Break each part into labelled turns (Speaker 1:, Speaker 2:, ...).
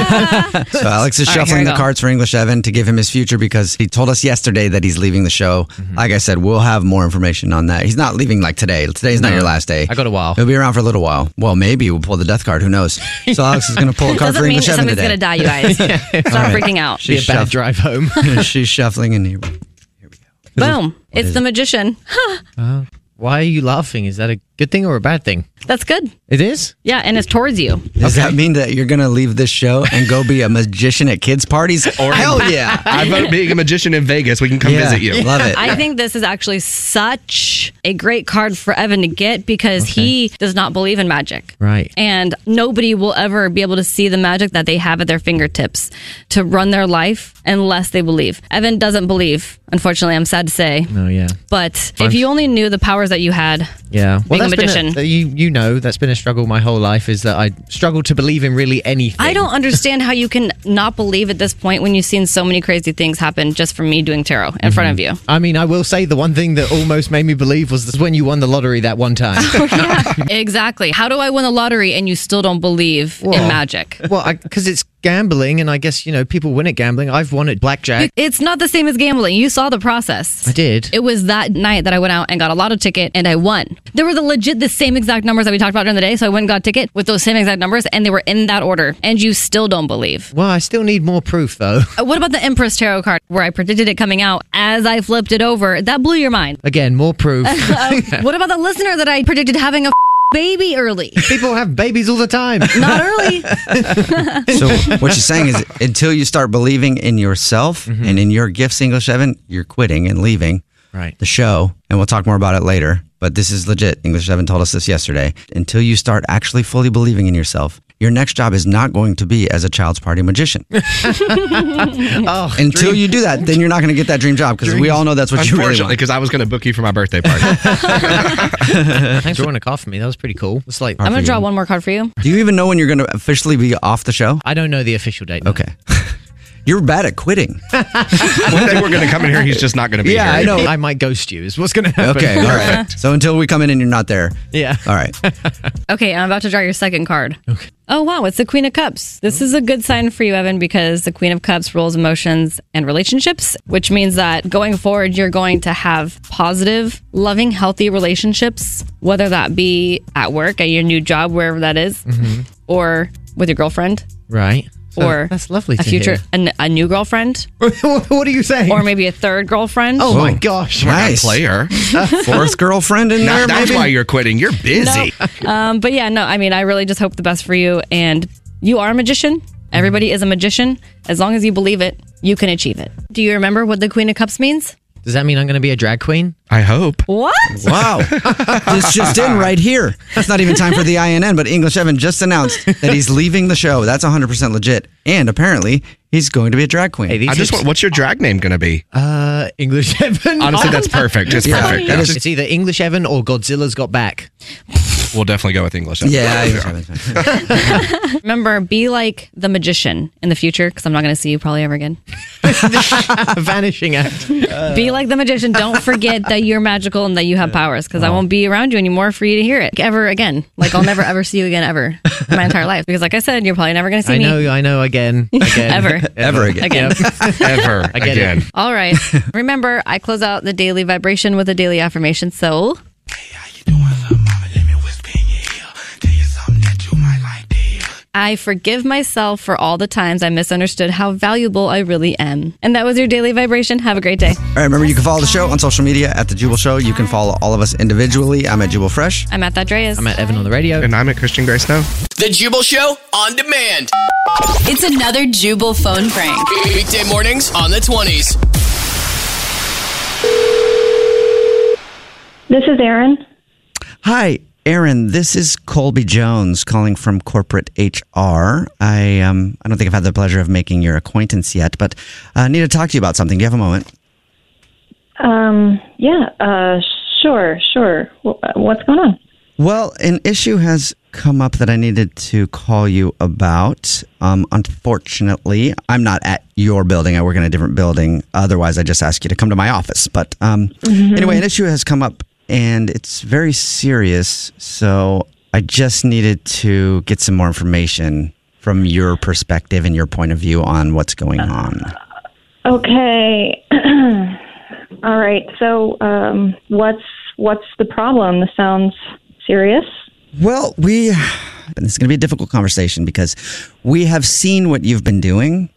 Speaker 1: So Alex is
Speaker 2: All right,
Speaker 1: shuffling
Speaker 2: here we
Speaker 1: the
Speaker 2: go.
Speaker 1: cards for English Evan to give him his future because he told us yesterday that he's leaving the show. Like I said, we'll have more information on that. He's not leaving like today. Today's not your last day.
Speaker 3: I got a while.
Speaker 1: He'll be around for a little while. Well, maybe we'll pull the death card. Who knows? So Alex is going to pull a card
Speaker 2: Doesn't
Speaker 1: for
Speaker 2: mean
Speaker 1: English Evan
Speaker 2: somebody's
Speaker 1: today.
Speaker 2: going to die, you guys. Stop freaking out.
Speaker 3: Be a
Speaker 1: She's
Speaker 3: bad
Speaker 1: shoved-
Speaker 3: drive home.
Speaker 1: She's shuffling in here.
Speaker 2: Boom. It's the magician. Uh,
Speaker 3: Why are you laughing? Is that a good thing or a bad thing?
Speaker 2: That's good.
Speaker 3: It is.
Speaker 2: Yeah, and it's towards you.
Speaker 1: Does that mean that you're going to leave this show and go be a magician at kids' parties? Hell yeah.
Speaker 4: I vote being a magician in Vegas. We can come
Speaker 1: Yeah,
Speaker 4: visit you.
Speaker 1: Love it.
Speaker 2: I think this is actually such a great card for Evan to get because he does not believe in magic.
Speaker 3: Right.
Speaker 2: And nobody will ever be able to see the magic that they have at their fingertips to run their life unless they believe. Evan doesn't believe, unfortunately, I'm sad to say.
Speaker 3: Oh yeah.
Speaker 2: But if you only knew the powers that you had,
Speaker 3: Yeah.
Speaker 2: Being a
Speaker 3: that's been
Speaker 2: magician.
Speaker 3: you you know that's been a struggle my whole life is that I struggle to believe in really anything.
Speaker 2: I don't understand how you can not believe at this point when you've seen so many crazy things happen just from me doing tarot in front
Speaker 1: Mm-hmm.
Speaker 2: of you.
Speaker 3: I mean, I will say the one thing that almost made me believe was this when you won the lottery that one time.
Speaker 2: exactly. How do I win the lottery and you still don't believe in
Speaker 3: Well,
Speaker 2: magic?
Speaker 3: well, because it's gambling, and I guess you know people win at gambling. I've won at blackjack.
Speaker 2: It's not the same as gambling. You saw the process.
Speaker 3: I did.
Speaker 2: It was that night that I went out and got a lotto ticket and I won. There were the legit the same exact numbers that we talked about during the day. So I went and got a ticket with those same exact numbers and they were in that order. And you still don't believe.
Speaker 3: well, I still need more proof though.
Speaker 2: Uh, What about the Empress Tarot card where I predicted it coming out as I flipped it over? That blew your mind. Um,
Speaker 3: Again, more proof.
Speaker 2: What about the listener that I predicted having a baby early?
Speaker 3: people have babies all the time.
Speaker 2: Not early.
Speaker 1: So what she's saying is, until you start believing in yourself and in your gifts, English Evan, you're quitting and leaving
Speaker 3: Right.
Speaker 1: the show. And we'll talk more about it later. but this is legit. English 7 told us this yesterday. Until you start actually fully believing in yourself, your next job is not going to be as a child's party magician.
Speaker 3: oh,
Speaker 1: Until you do that, then you're not going to get that dream job because we all know that's what you really
Speaker 4: Unfortunately,
Speaker 1: want.
Speaker 4: because I was going to book you for my birthday party.
Speaker 3: Thanks for drawing a card for me. That was pretty cool. It's like
Speaker 2: I'm going to draw one more card for you.
Speaker 1: Do you even know when you're going to officially be off the show?
Speaker 3: I don't know the official date.
Speaker 1: Okay. you're bad at quitting.
Speaker 4: One day we're going to come in here. He's just not going to be
Speaker 1: Yeah, I
Speaker 4: here.
Speaker 1: know.
Speaker 3: I might ghost you. Is what's going to happen.
Speaker 1: Okay, all right. So until we come in and you're not there.
Speaker 3: Yeah.
Speaker 1: All right.
Speaker 2: Okay, I'm about to draw your second card. Okay. Oh, wow, it's the Queen of Cups. This is a good sign for you, Evan, because the Queen of Cups rules emotions and relationships, which means that going forward, you're going to have positive, loving, healthy relationships, whether that be at work, at your new job, wherever that is,
Speaker 3: Mhm.
Speaker 2: or with your girlfriend,
Speaker 3: Right. So
Speaker 2: or
Speaker 3: that's lovely.
Speaker 2: a
Speaker 3: to
Speaker 2: future,
Speaker 3: hear.
Speaker 2: a, a new girlfriend.
Speaker 3: what are you saying?
Speaker 2: Or maybe a third girlfriend.
Speaker 3: Oh my gosh.
Speaker 4: Nice. player.
Speaker 1: Fourth girlfriend in
Speaker 4: Now,
Speaker 1: there,
Speaker 4: That's
Speaker 1: maybe?
Speaker 4: why you're quitting. You're busy.
Speaker 2: um, but yeah, no, I mean, I really just hope the best for you. And you are a magician. Everybody is a magician. As long as you believe it, you can achieve it. Do you remember what the Queen of Cups means?
Speaker 3: Does that mean I'm going to be a drag queen?
Speaker 4: I hope.
Speaker 2: What?
Speaker 1: Wow. this just in right here. It's not even time for the INN, but English Evan just announced that he's leaving the show. That's 100% legit. And apparently, he's going to be a drag queen.
Speaker 4: I just want, what's your drag name going to be?
Speaker 3: Uh, English Evan.
Speaker 4: Honestly, that's perfect. It's
Speaker 3: Yeah.
Speaker 4: perfect.
Speaker 3: It
Speaker 4: Yeah.
Speaker 3: is- It's either English Evan or Godzilla's Got Back.
Speaker 4: We'll definitely go with English.
Speaker 3: Yeah,
Speaker 2: Remember, be like the magician in the future because I'm not going to see you probably ever again.
Speaker 3: Vanishing act.
Speaker 2: be like the magician. Don't forget that you're magical and that you have powers because I won't be around you anymore for you to hear it ever again. Like, I'll never ever see you again ever in my entire life because, like I said, you're probably never going to see
Speaker 3: I
Speaker 2: me.
Speaker 3: know, I know, again. again.
Speaker 2: Ever.
Speaker 1: Ever again.
Speaker 2: Again.
Speaker 4: Ever
Speaker 3: I get it.
Speaker 4: again.
Speaker 2: All right. Remember, I close out the daily vibration with a daily affirmation. So. I forgive myself for all the times I misunderstood how valuable I really am. And that was your daily vibration. Have a great day.
Speaker 1: All right, remember, you can follow the show on social media at The Jubal Show. You can follow all of us individually. I'm at Jubal Fresh.
Speaker 2: I'm at that Dreas.
Speaker 3: at Evan on the radio.
Speaker 4: And I'm at Christian Gray Snow.
Speaker 5: The Jubal Show on demand.
Speaker 6: It's another Jubal phone prank.
Speaker 5: Weekday mornings on the 20s.
Speaker 7: This is Erin.
Speaker 1: Hi, Aaron. This is Colby Jones calling from corporate HR. I um, I don't think I've had the pleasure of making your acquaintance yet, but uh, I need to talk to you about something. Do you have a moment?
Speaker 7: Um, yeah, uh, sure, sure. Wh- What's going on?
Speaker 1: Well, an issue has come up that I needed to call you about. Um, unfortunately, I'm not at your building. I work in a different building. Otherwise, I just ask you to come to my office. But um,
Speaker 8: Mhm.
Speaker 1: anyway, an issue has come up and it's very serious. So I just needed to get some more information from your perspective and your point of view on what's going on.
Speaker 7: Okay. All right. So, um, what's what's the problem? This sounds serious.
Speaker 1: Well, we, and this is going to be a difficult conversation because we have seen what you've been doing.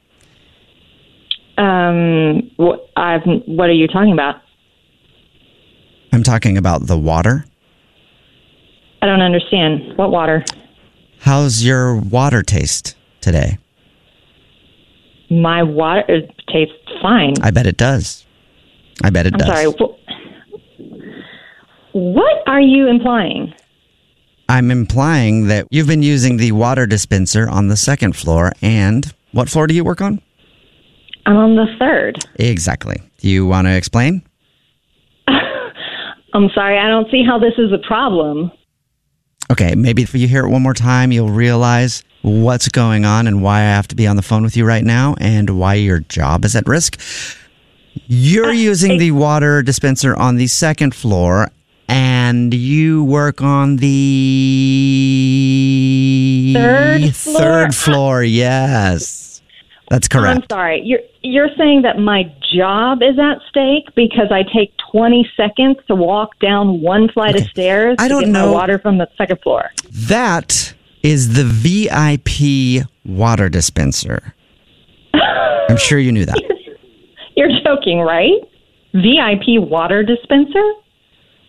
Speaker 7: Um, wh- I've, what are you talking about?
Speaker 1: I'm talking about the water.
Speaker 7: I don't understand. What water?
Speaker 1: How's your water taste today?
Speaker 7: My water it tastes fine.
Speaker 1: I bet it does. I bet it
Speaker 7: I'm
Speaker 1: does.
Speaker 7: sorry. wh- What are you implying?
Speaker 1: I'm implying that you've been using the water dispenser on the second floor. And what floor do you work on?
Speaker 7: I'm on the third.
Speaker 1: Exactly. Do you want to explain?
Speaker 7: I'm sorry. I don't see how this is a problem.
Speaker 1: Okay, maybe if you hear it one more time, you'll realize what's going on and why I have to be on the phone with you right now and why your job is at risk. You're
Speaker 7: Ah,
Speaker 1: using the water dispenser on the second floor and you work on the
Speaker 7: Third floor?
Speaker 1: third floor, Yes. That's correct.
Speaker 7: I'm sorry. You're you're saying that my job is at stake because I take 20 seconds to walk down one flight of stairs
Speaker 1: I
Speaker 7: to
Speaker 1: don't
Speaker 7: get my
Speaker 1: know-
Speaker 7: water from the second floor.
Speaker 1: That is the VIP water dispenser. I'm sure you knew that.
Speaker 7: You're joking, right? VIP water dispenser?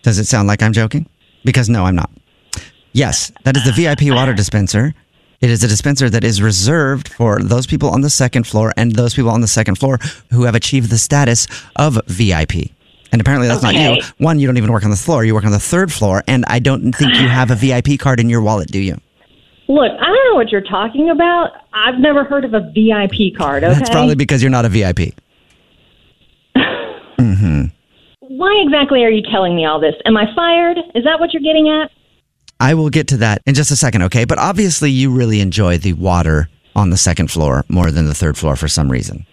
Speaker 1: Does it sound like I'm joking? Because no, I'm not. Yes, that is the VIP water dispenser. It is a dispenser that is reserved for those people on the second floor and those people on the second floor who have achieved the status of VIP. And apparently that's not
Speaker 7: Okay.
Speaker 1: you. One, you don't even work on the floor. You work on the third floor, and I don't think you have a VIP card in your wallet, do you?
Speaker 7: Look, I don't know what you're talking about. I've never heard of a VIP card. Okay,
Speaker 1: That's probably because you're not a VIP. hmm
Speaker 7: why exactly are you telling me all this? Am I fired? Is that what you're getting at?
Speaker 1: I will get to that in just a second, okay? But obviously, you really enjoy the water on the second floor more than the third floor for some reason.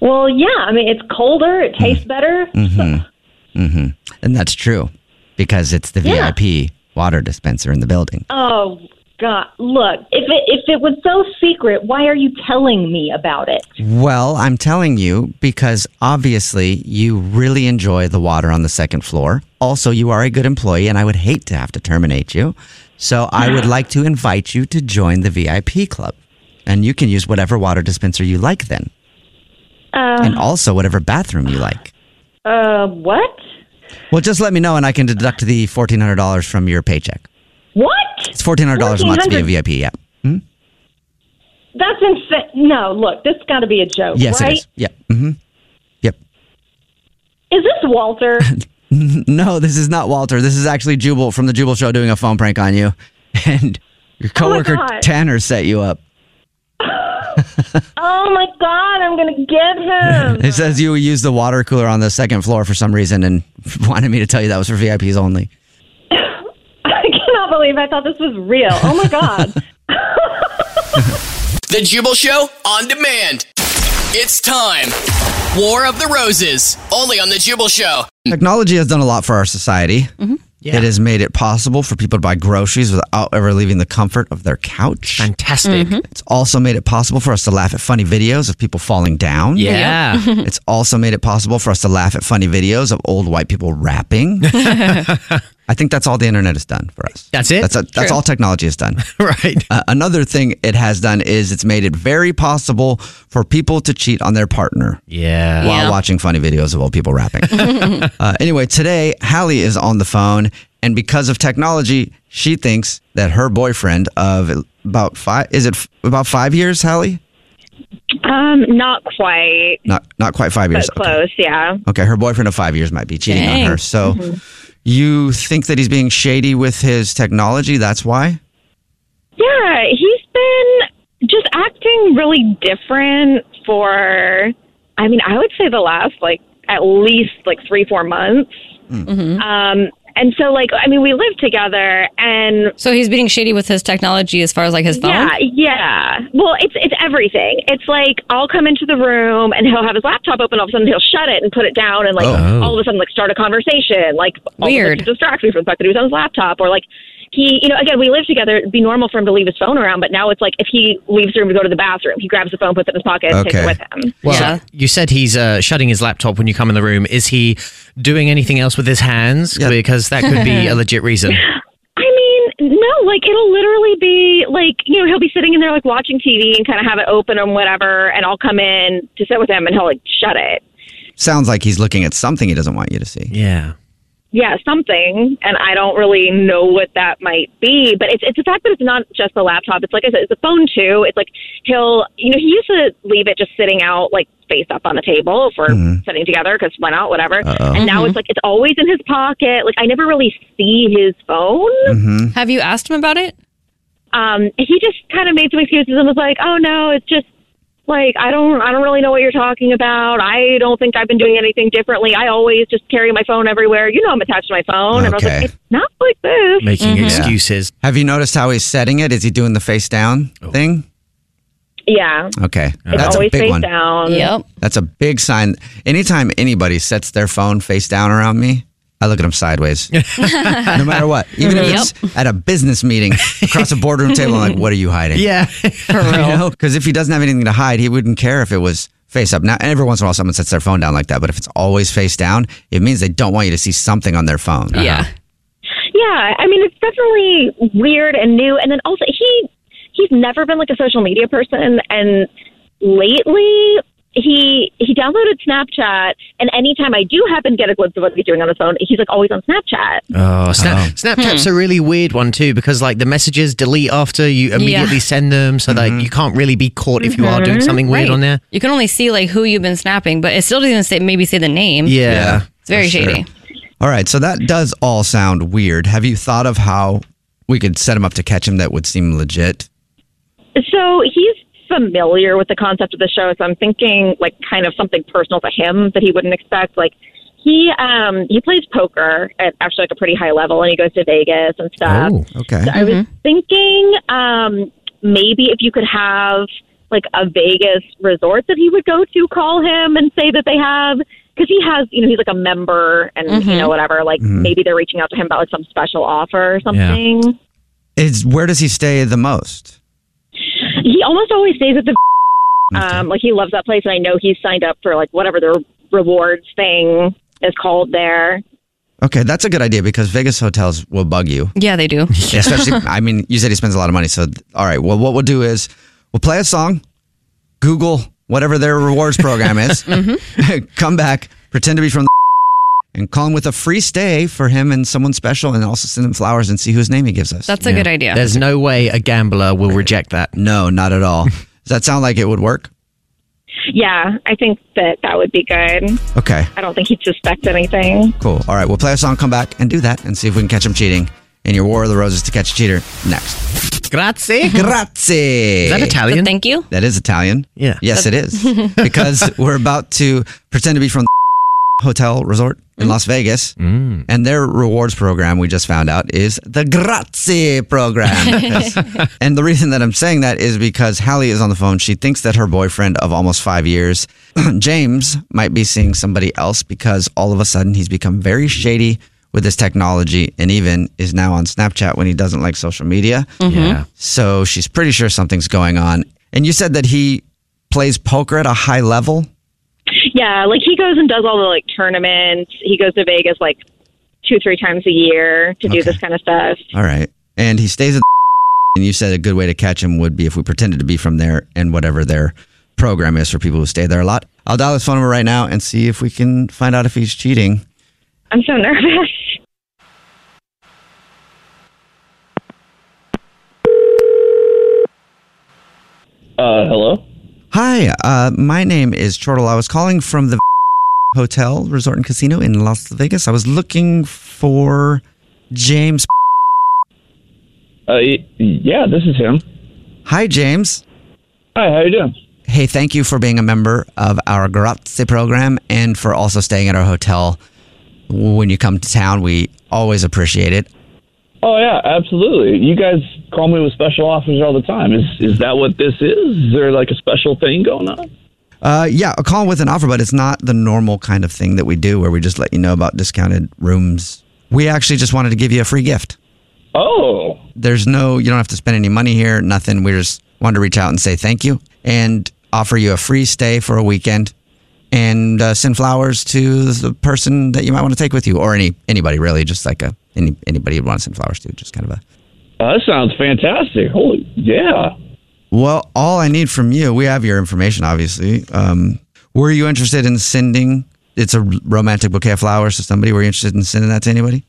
Speaker 7: Well, yeah. I mean, it's colder. It tastes better.
Speaker 1: Mm-hmm. Mm-hmm. And that's true because it's the
Speaker 7: Yeah.
Speaker 1: VIP water dispenser in the building.
Speaker 7: Oh God! Look, if it if it was so secret, why are you telling me about it?
Speaker 1: Well, I'm telling you because obviously you really enjoy the water on the second floor. Also, you are a good employee, and I would hate to have to terminate you. So I would like to invite you to join the VIP club. And you can use whatever water dispenser you like then,
Speaker 7: Uh,
Speaker 1: and also whatever bathroom you like.
Speaker 7: uh, what?
Speaker 1: Well, just let me know, and I can deduct the fourteen hundred dollars from your paycheck.
Speaker 7: What?
Speaker 1: It's fourteen hundred dollars a month to be
Speaker 7: $1,400?
Speaker 1: a VIP. Yeah. Hmm?
Speaker 7: That's insane. No, look, this got to be a joke,
Speaker 1: Yes,
Speaker 7: right?
Speaker 1: it is. Yeah. hmm
Speaker 7: Is this Walter?
Speaker 1: No, this is not Walter. This is actually Jubal from the Jubal Show doing a phone prank on you, and your coworker
Speaker 7: God.
Speaker 1: Tanner set you up.
Speaker 7: oh my God! I'm gonna get him.
Speaker 1: It says you used the water cooler on the second floor for some reason and wanted me to tell you that was for VIPs only.
Speaker 7: I cannot believe I thought this was real. Oh my God!
Speaker 5: The Jubal Show on demand. It's time. War of the Roses. Only on The Jubal Show.
Speaker 8: Hmm.
Speaker 1: Technology has done a lot for our society.
Speaker 8: Mm-hmm.
Speaker 1: It has made it possible for people to buy groceries without ever leaving the comfort of their couch. Fantastic.
Speaker 8: Mm-hmm.
Speaker 1: It's also made it possible for us to laugh at funny videos of people falling down.
Speaker 8: Yeah. Yeah.
Speaker 1: it's also made it possible for us to laugh at funny videos of old white people rapping. I think that's all the internet has done for us. That's it. That's, that's
Speaker 8: True.
Speaker 1: all technology has done. right. Uh, another thing it has done is it's made it very possible for people to cheat on their partner. Yeah. While
Speaker 8: Yeah.
Speaker 1: watching funny videos of old people rapping. uh, anyway, today Hallie is on the phone, and because of technology, she thinks that her boyfriend of about five is it f- about five years, Hallie?
Speaker 9: Um, not quite.
Speaker 1: Not not quite five years.
Speaker 9: But close, yeah.
Speaker 1: Okay, her boyfriend of five years might be cheating
Speaker 9: Dang.
Speaker 1: on her. So
Speaker 9: Mhm.
Speaker 1: you think that he's being shady with his technology? That's why.
Speaker 9: Yeah, he's been just acting really different for, I mean, I would say the last, like, at least like three, four months.
Speaker 2: Mm-hmm.
Speaker 9: Um, and so, like, I mean, we live together and.
Speaker 2: So he's being shady with his technology as far as like his phone?
Speaker 9: Yeah, yeah. Well, it's it's everything. It's like I'll come into the room and he'll have his laptop open. All of a sudden, he'll shut it and put it down, and like
Speaker 2: Oh.
Speaker 9: all of a sudden, like start a conversation. Like all of a sudden
Speaker 2: Weird.
Speaker 9: to distract me from the fact that he was on his laptop, or like he, you know, again, we live together. It'd be normal for him to leave his phone around, but now it's like if he leaves the room to go to the bathroom, he grabs the phone, puts it in his pocket, and takes it with him.
Speaker 8: Well, you said he's uh, shutting his laptop when you come in the room. Is he doing anything else with his hands? Because that could be a legit reason.
Speaker 9: I mean, no, like it'll literally be like, you know, he'll be sitting in there like watching TV and kind of have it open and whatever, and I'll come in to sit with him and he'll like shut it.
Speaker 1: Sounds like he's looking at something he doesn't want you to see.
Speaker 8: Yeah.
Speaker 9: Yeah, something, and I don't really know what that might be, but it's it's the fact that it's not just the laptop. It's like I said, it's the phone too. It's like he'll, you know, he used to leave it just sitting out like face up on the table for sitting together because why not, whatever.
Speaker 2: Uh-oh.
Speaker 9: And now
Speaker 2: Mhm.
Speaker 9: it's like it's always in his pocket. Like I never really see his phone.
Speaker 2: Have you asked him about it?
Speaker 9: um, he just kind of made some excuses and was like, "Oh no, it's just like I don't, I don't really know what you're talking about. I don't think I've been doing anything differently. I always just carry my phone everywhere. You know, I'm attached to my phone." And I was
Speaker 1: Okay.
Speaker 9: like, "It's not like this." Mm-hmm.
Speaker 1: Yeah. Mm-hmm. Have you noticed how he's setting it? Is he doing the face down thing?
Speaker 9: Yeah,
Speaker 10: Uh,
Speaker 1: Okay,
Speaker 9: it's
Speaker 1: that's a
Speaker 9: always
Speaker 1: big
Speaker 9: face
Speaker 1: one.
Speaker 9: down.
Speaker 1: That's a big sign. Anytime anybody sets their phone face down around me, I look at them sideways. no matter what. Even if it's at a business meeting across a boardroom table, I'm like, what are you hiding?
Speaker 8: For
Speaker 1: Because if he doesn't have anything to hide, he wouldn't care if it was face up. Now, every once in a while, someone sets their phone down like that, but if it's always face down, it means they don't want you to see something on their phone.
Speaker 2: Yeah.
Speaker 9: Yeah, I mean, it's definitely weird and new. And then also, he he's never been like a social media person, and lately he he downloaded Snapchat, and anytime I do happen to get a glimpse of what he's doing on his phone, he's like always on Snapchat.
Speaker 8: Oh, Snap- Snapchat's a really weird one too because like the messages delete after you immediately
Speaker 2: Yeah.
Speaker 8: send them, so like you can't really be caught if you are doing something weird
Speaker 2: Mm-hmm. Right.
Speaker 8: on there.
Speaker 2: You can only see like who you've been snapping, but it still doesn't say maybe say the name. It's very
Speaker 1: for sure.
Speaker 2: shady.
Speaker 1: All right, so that does all sound weird. Have you thought of how we could set him up to catch him that would seem legit?
Speaker 9: So he's familiar with the concept of the show, so I'm thinking like kind of something personal to him that he wouldn't expect. Like he um he plays poker at actually like a pretty high level and he goes to Vegas and stuff.
Speaker 1: okay.
Speaker 9: So I was thinking um maybe if you could have like a Vegas resort that he would go to call him and say that they have because he has you know he's like a member and you
Speaker 1: Mhm.
Speaker 9: know whatever like
Speaker 1: Mhm.
Speaker 9: maybe they're reaching out to him about like some special offer or something.
Speaker 1: Is where does he stay the most?
Speaker 9: He almost always stays at the. Um, like he loves that place, and I know he's signed up for like whatever the rewards thing is called there.
Speaker 1: Okay, that's a good idea because Vegas hotels will bug you.
Speaker 2: Yeah, they do.
Speaker 1: Especially, I mean, you said he spends a lot of money. So, all right. Well, what we'll do is we'll play a song, Google whatever their rewards program is,
Speaker 2: Mm-hmm.
Speaker 1: come back, pretend to be from the and call him with a free stay for him and someone special, and also send him flowers and see whose name he gives us.
Speaker 2: That's a good idea.
Speaker 8: There's no way a gambler will reject that.
Speaker 1: No, not at all. Does that sound like it would work?
Speaker 9: Yeah, I think that that would be good.
Speaker 1: Okay,
Speaker 9: I don't think he'd suspect anything.
Speaker 1: cool. All right, we'll play a song, come back, and do that, and see if we can catch him cheating. In your War of the Roses to catch a cheater next.
Speaker 8: Grazie.
Speaker 1: Grazie.
Speaker 8: Is that Italian?
Speaker 2: thank you.
Speaker 1: That is Italian. Yeah. Yes, it is. because we're about to pretend to be from the hotel resort in Las Vegas. And their rewards program, we just found out, is the Grazie program. and the reason that I'm saying that is because Hallie is on the phone. She thinks that her boyfriend of almost five years, James, might be seeing somebody else because all of a sudden he's become very shady with his technology and even is now on Snapchat when he doesn't like social media.
Speaker 11: Mhm. Yeah.
Speaker 1: So she's pretty sure something's going on. And you said that he plays poker at a high level.
Speaker 9: Yeah, like he goes and does all the like tournaments. He goes to Vegas like two, three times a year to do this kind of stuff.
Speaker 1: All right. And he stays at and you said a good way to catch him would be if we pretended to be from there and whatever their program is for people who stay there a lot. I'll dial his phone number right now and see if we can find out if he's cheating.
Speaker 9: I'm so nervous.
Speaker 12: Uh, hello.
Speaker 1: Hi, uh, my name is Chortle. I was calling from the Hotel Resort and Casino in Las Vegas. I was looking for James.
Speaker 12: Uh, y- yeah, this is him.
Speaker 1: Hi, James.
Speaker 12: Hi, how you doing?
Speaker 1: Hey, thank you for being a member of our Grazie program and for also staying at our hotel when you come to town. We always appreciate it.
Speaker 12: Oh yeah, absolutely. You guys call me with special offers all the time. Is is that what this is? Is there like a special thing going on?
Speaker 1: Uh, yeah, a call with an offer, but it's not the normal kind of thing that we do where we just let you know about discounted rooms. We actually just wanted to give you a free gift.
Speaker 12: Oh,
Speaker 1: There's no, you don't have to spend any money here, nothing. We just wanted to reach out and say thank you and offer you a free stay for a weekend and uh, send flowers to the person that you might want to take with you or any anybody really, just like a any anybody you'd want to send flowers to, just kind of a
Speaker 12: uh, that sounds fantastic. Holy yeah.
Speaker 1: Well, all I need from you, we have your information, obviously. Um, were you interested in sending? It's a romantic bouquet of flowers to somebody. Were you interested in sending that to anybody?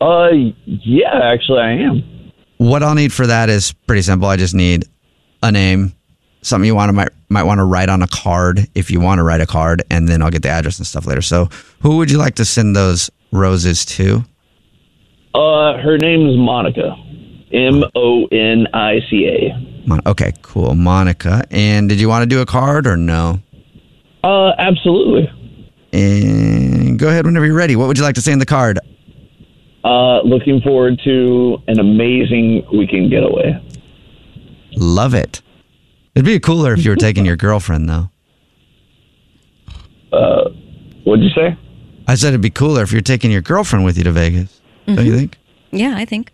Speaker 12: Uh, yeah, actually, I am.
Speaker 1: What I'll need for that is pretty simple. I just need a name, something you want to might might want to write on a card if you want to write a card, and then I'll get the address and stuff later. So, who would you like to send those roses to?
Speaker 12: Uh, her name is Monica. M O N I C A.
Speaker 1: Mon- okay, cool, Monica. And did you want to do a card or no?
Speaker 12: Uh, absolutely.
Speaker 1: And go ahead whenever you're ready. What would you like to say in the card?
Speaker 12: Uh, looking forward to an amazing weekend getaway.
Speaker 1: Love it. It'd be cooler if you were taking your girlfriend, though.
Speaker 12: Uh, what'd you say?
Speaker 1: I said it'd be cooler if you're taking your girlfriend with you to Vegas. Don't you think?
Speaker 2: Yeah, I think.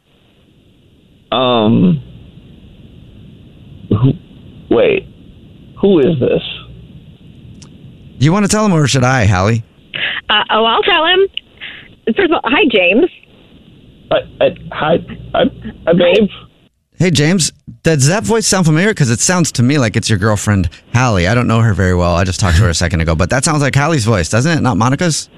Speaker 12: Um. Who, wait, who is this?
Speaker 1: You want to tell him, or should I, Hallie?
Speaker 9: Uh, oh, I'll tell him. First of all, hi James.
Speaker 12: I, I, hi, I, I, babe.
Speaker 1: Hey, James, does that voice sound familiar? Because it sounds to me like it's your girlfriend, Hallie. I don't know her very well. I just talked to her a second ago, but that sounds like Hallie's voice, doesn't it? Not Monica's?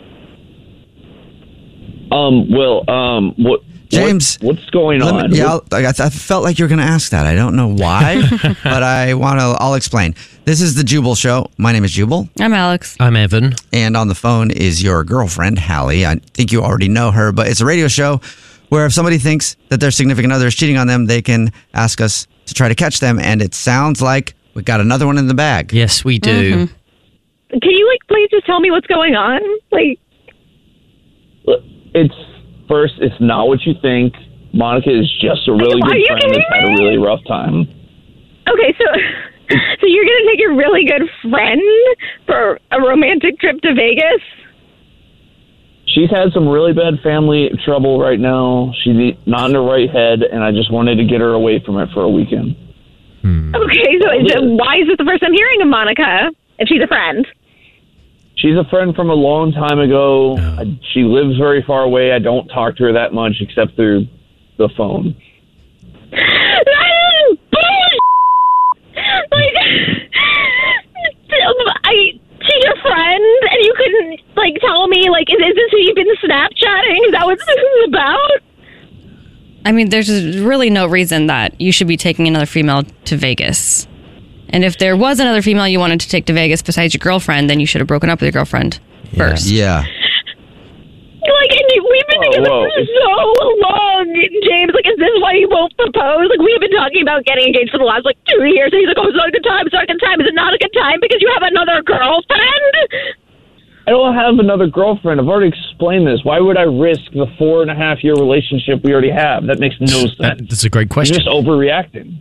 Speaker 12: Um, well, um, what,
Speaker 1: James,
Speaker 12: what- what's going
Speaker 1: Let me-
Speaker 12: on?
Speaker 1: yeah,
Speaker 12: What-
Speaker 1: I'll- I, I felt like you were going to ask that. I don't know why, but I want to. I'll explain. This is the Jubal Show. My name is Jubal.
Speaker 2: I'm Alex.
Speaker 1: I'm Evan. And on the phone is your girlfriend, Hallie. I think you already know her, but it's a radio show where if somebody thinks that their significant other is cheating on them, they can ask us to try to catch them. And it sounds like we got another one in the bag.
Speaker 8: Yes, we
Speaker 2: do.
Speaker 9: Can you like please just tell me what's going on? Like
Speaker 12: it's first, it's not what you think. Monica is just a really
Speaker 9: Are
Speaker 12: good
Speaker 9: you
Speaker 12: friend
Speaker 9: kidding
Speaker 12: that's had a really rough time.
Speaker 9: okay, so so you're gonna take your really good friend for a romantic trip to Vegas?
Speaker 12: She's had some really bad family trouble right now. She's e- not in her right head, and I just wanted to get her away from it for a weekend.
Speaker 9: Okay, so is it, why is this the first I'm hearing of Monica? If she's a friend.
Speaker 12: She's a friend from a long time ago. I- She lives very far away. I don't talk to her that much except through the phone.
Speaker 9: That is bullshit. Like, I to your friend, and you couldn't like tell me like, is, is this who you've been Snapchatting? Is that what this is about?
Speaker 2: I mean, there's really no reason that you should be taking another female to Vegas. And if there was another female you wanted to take to Vegas besides your girlfriend, then you should have broken up with your girlfriend first.
Speaker 1: Yeah.
Speaker 9: Like, and you- we've been together
Speaker 2: whoa.
Speaker 9: for so long, James. Like, is this why you won't propose? Like, we've been talking about getting engaged for the last like two years, and he's like, "Oh, it's not a good time. It's not a good time. Is it not a good time because you have another girlfriend?"
Speaker 12: I don't have another girlfriend. I've already explained this. Why would I risk the four and a half year relationship we already have? That makes no sense.
Speaker 8: That's a great question.
Speaker 12: You're just overreacting.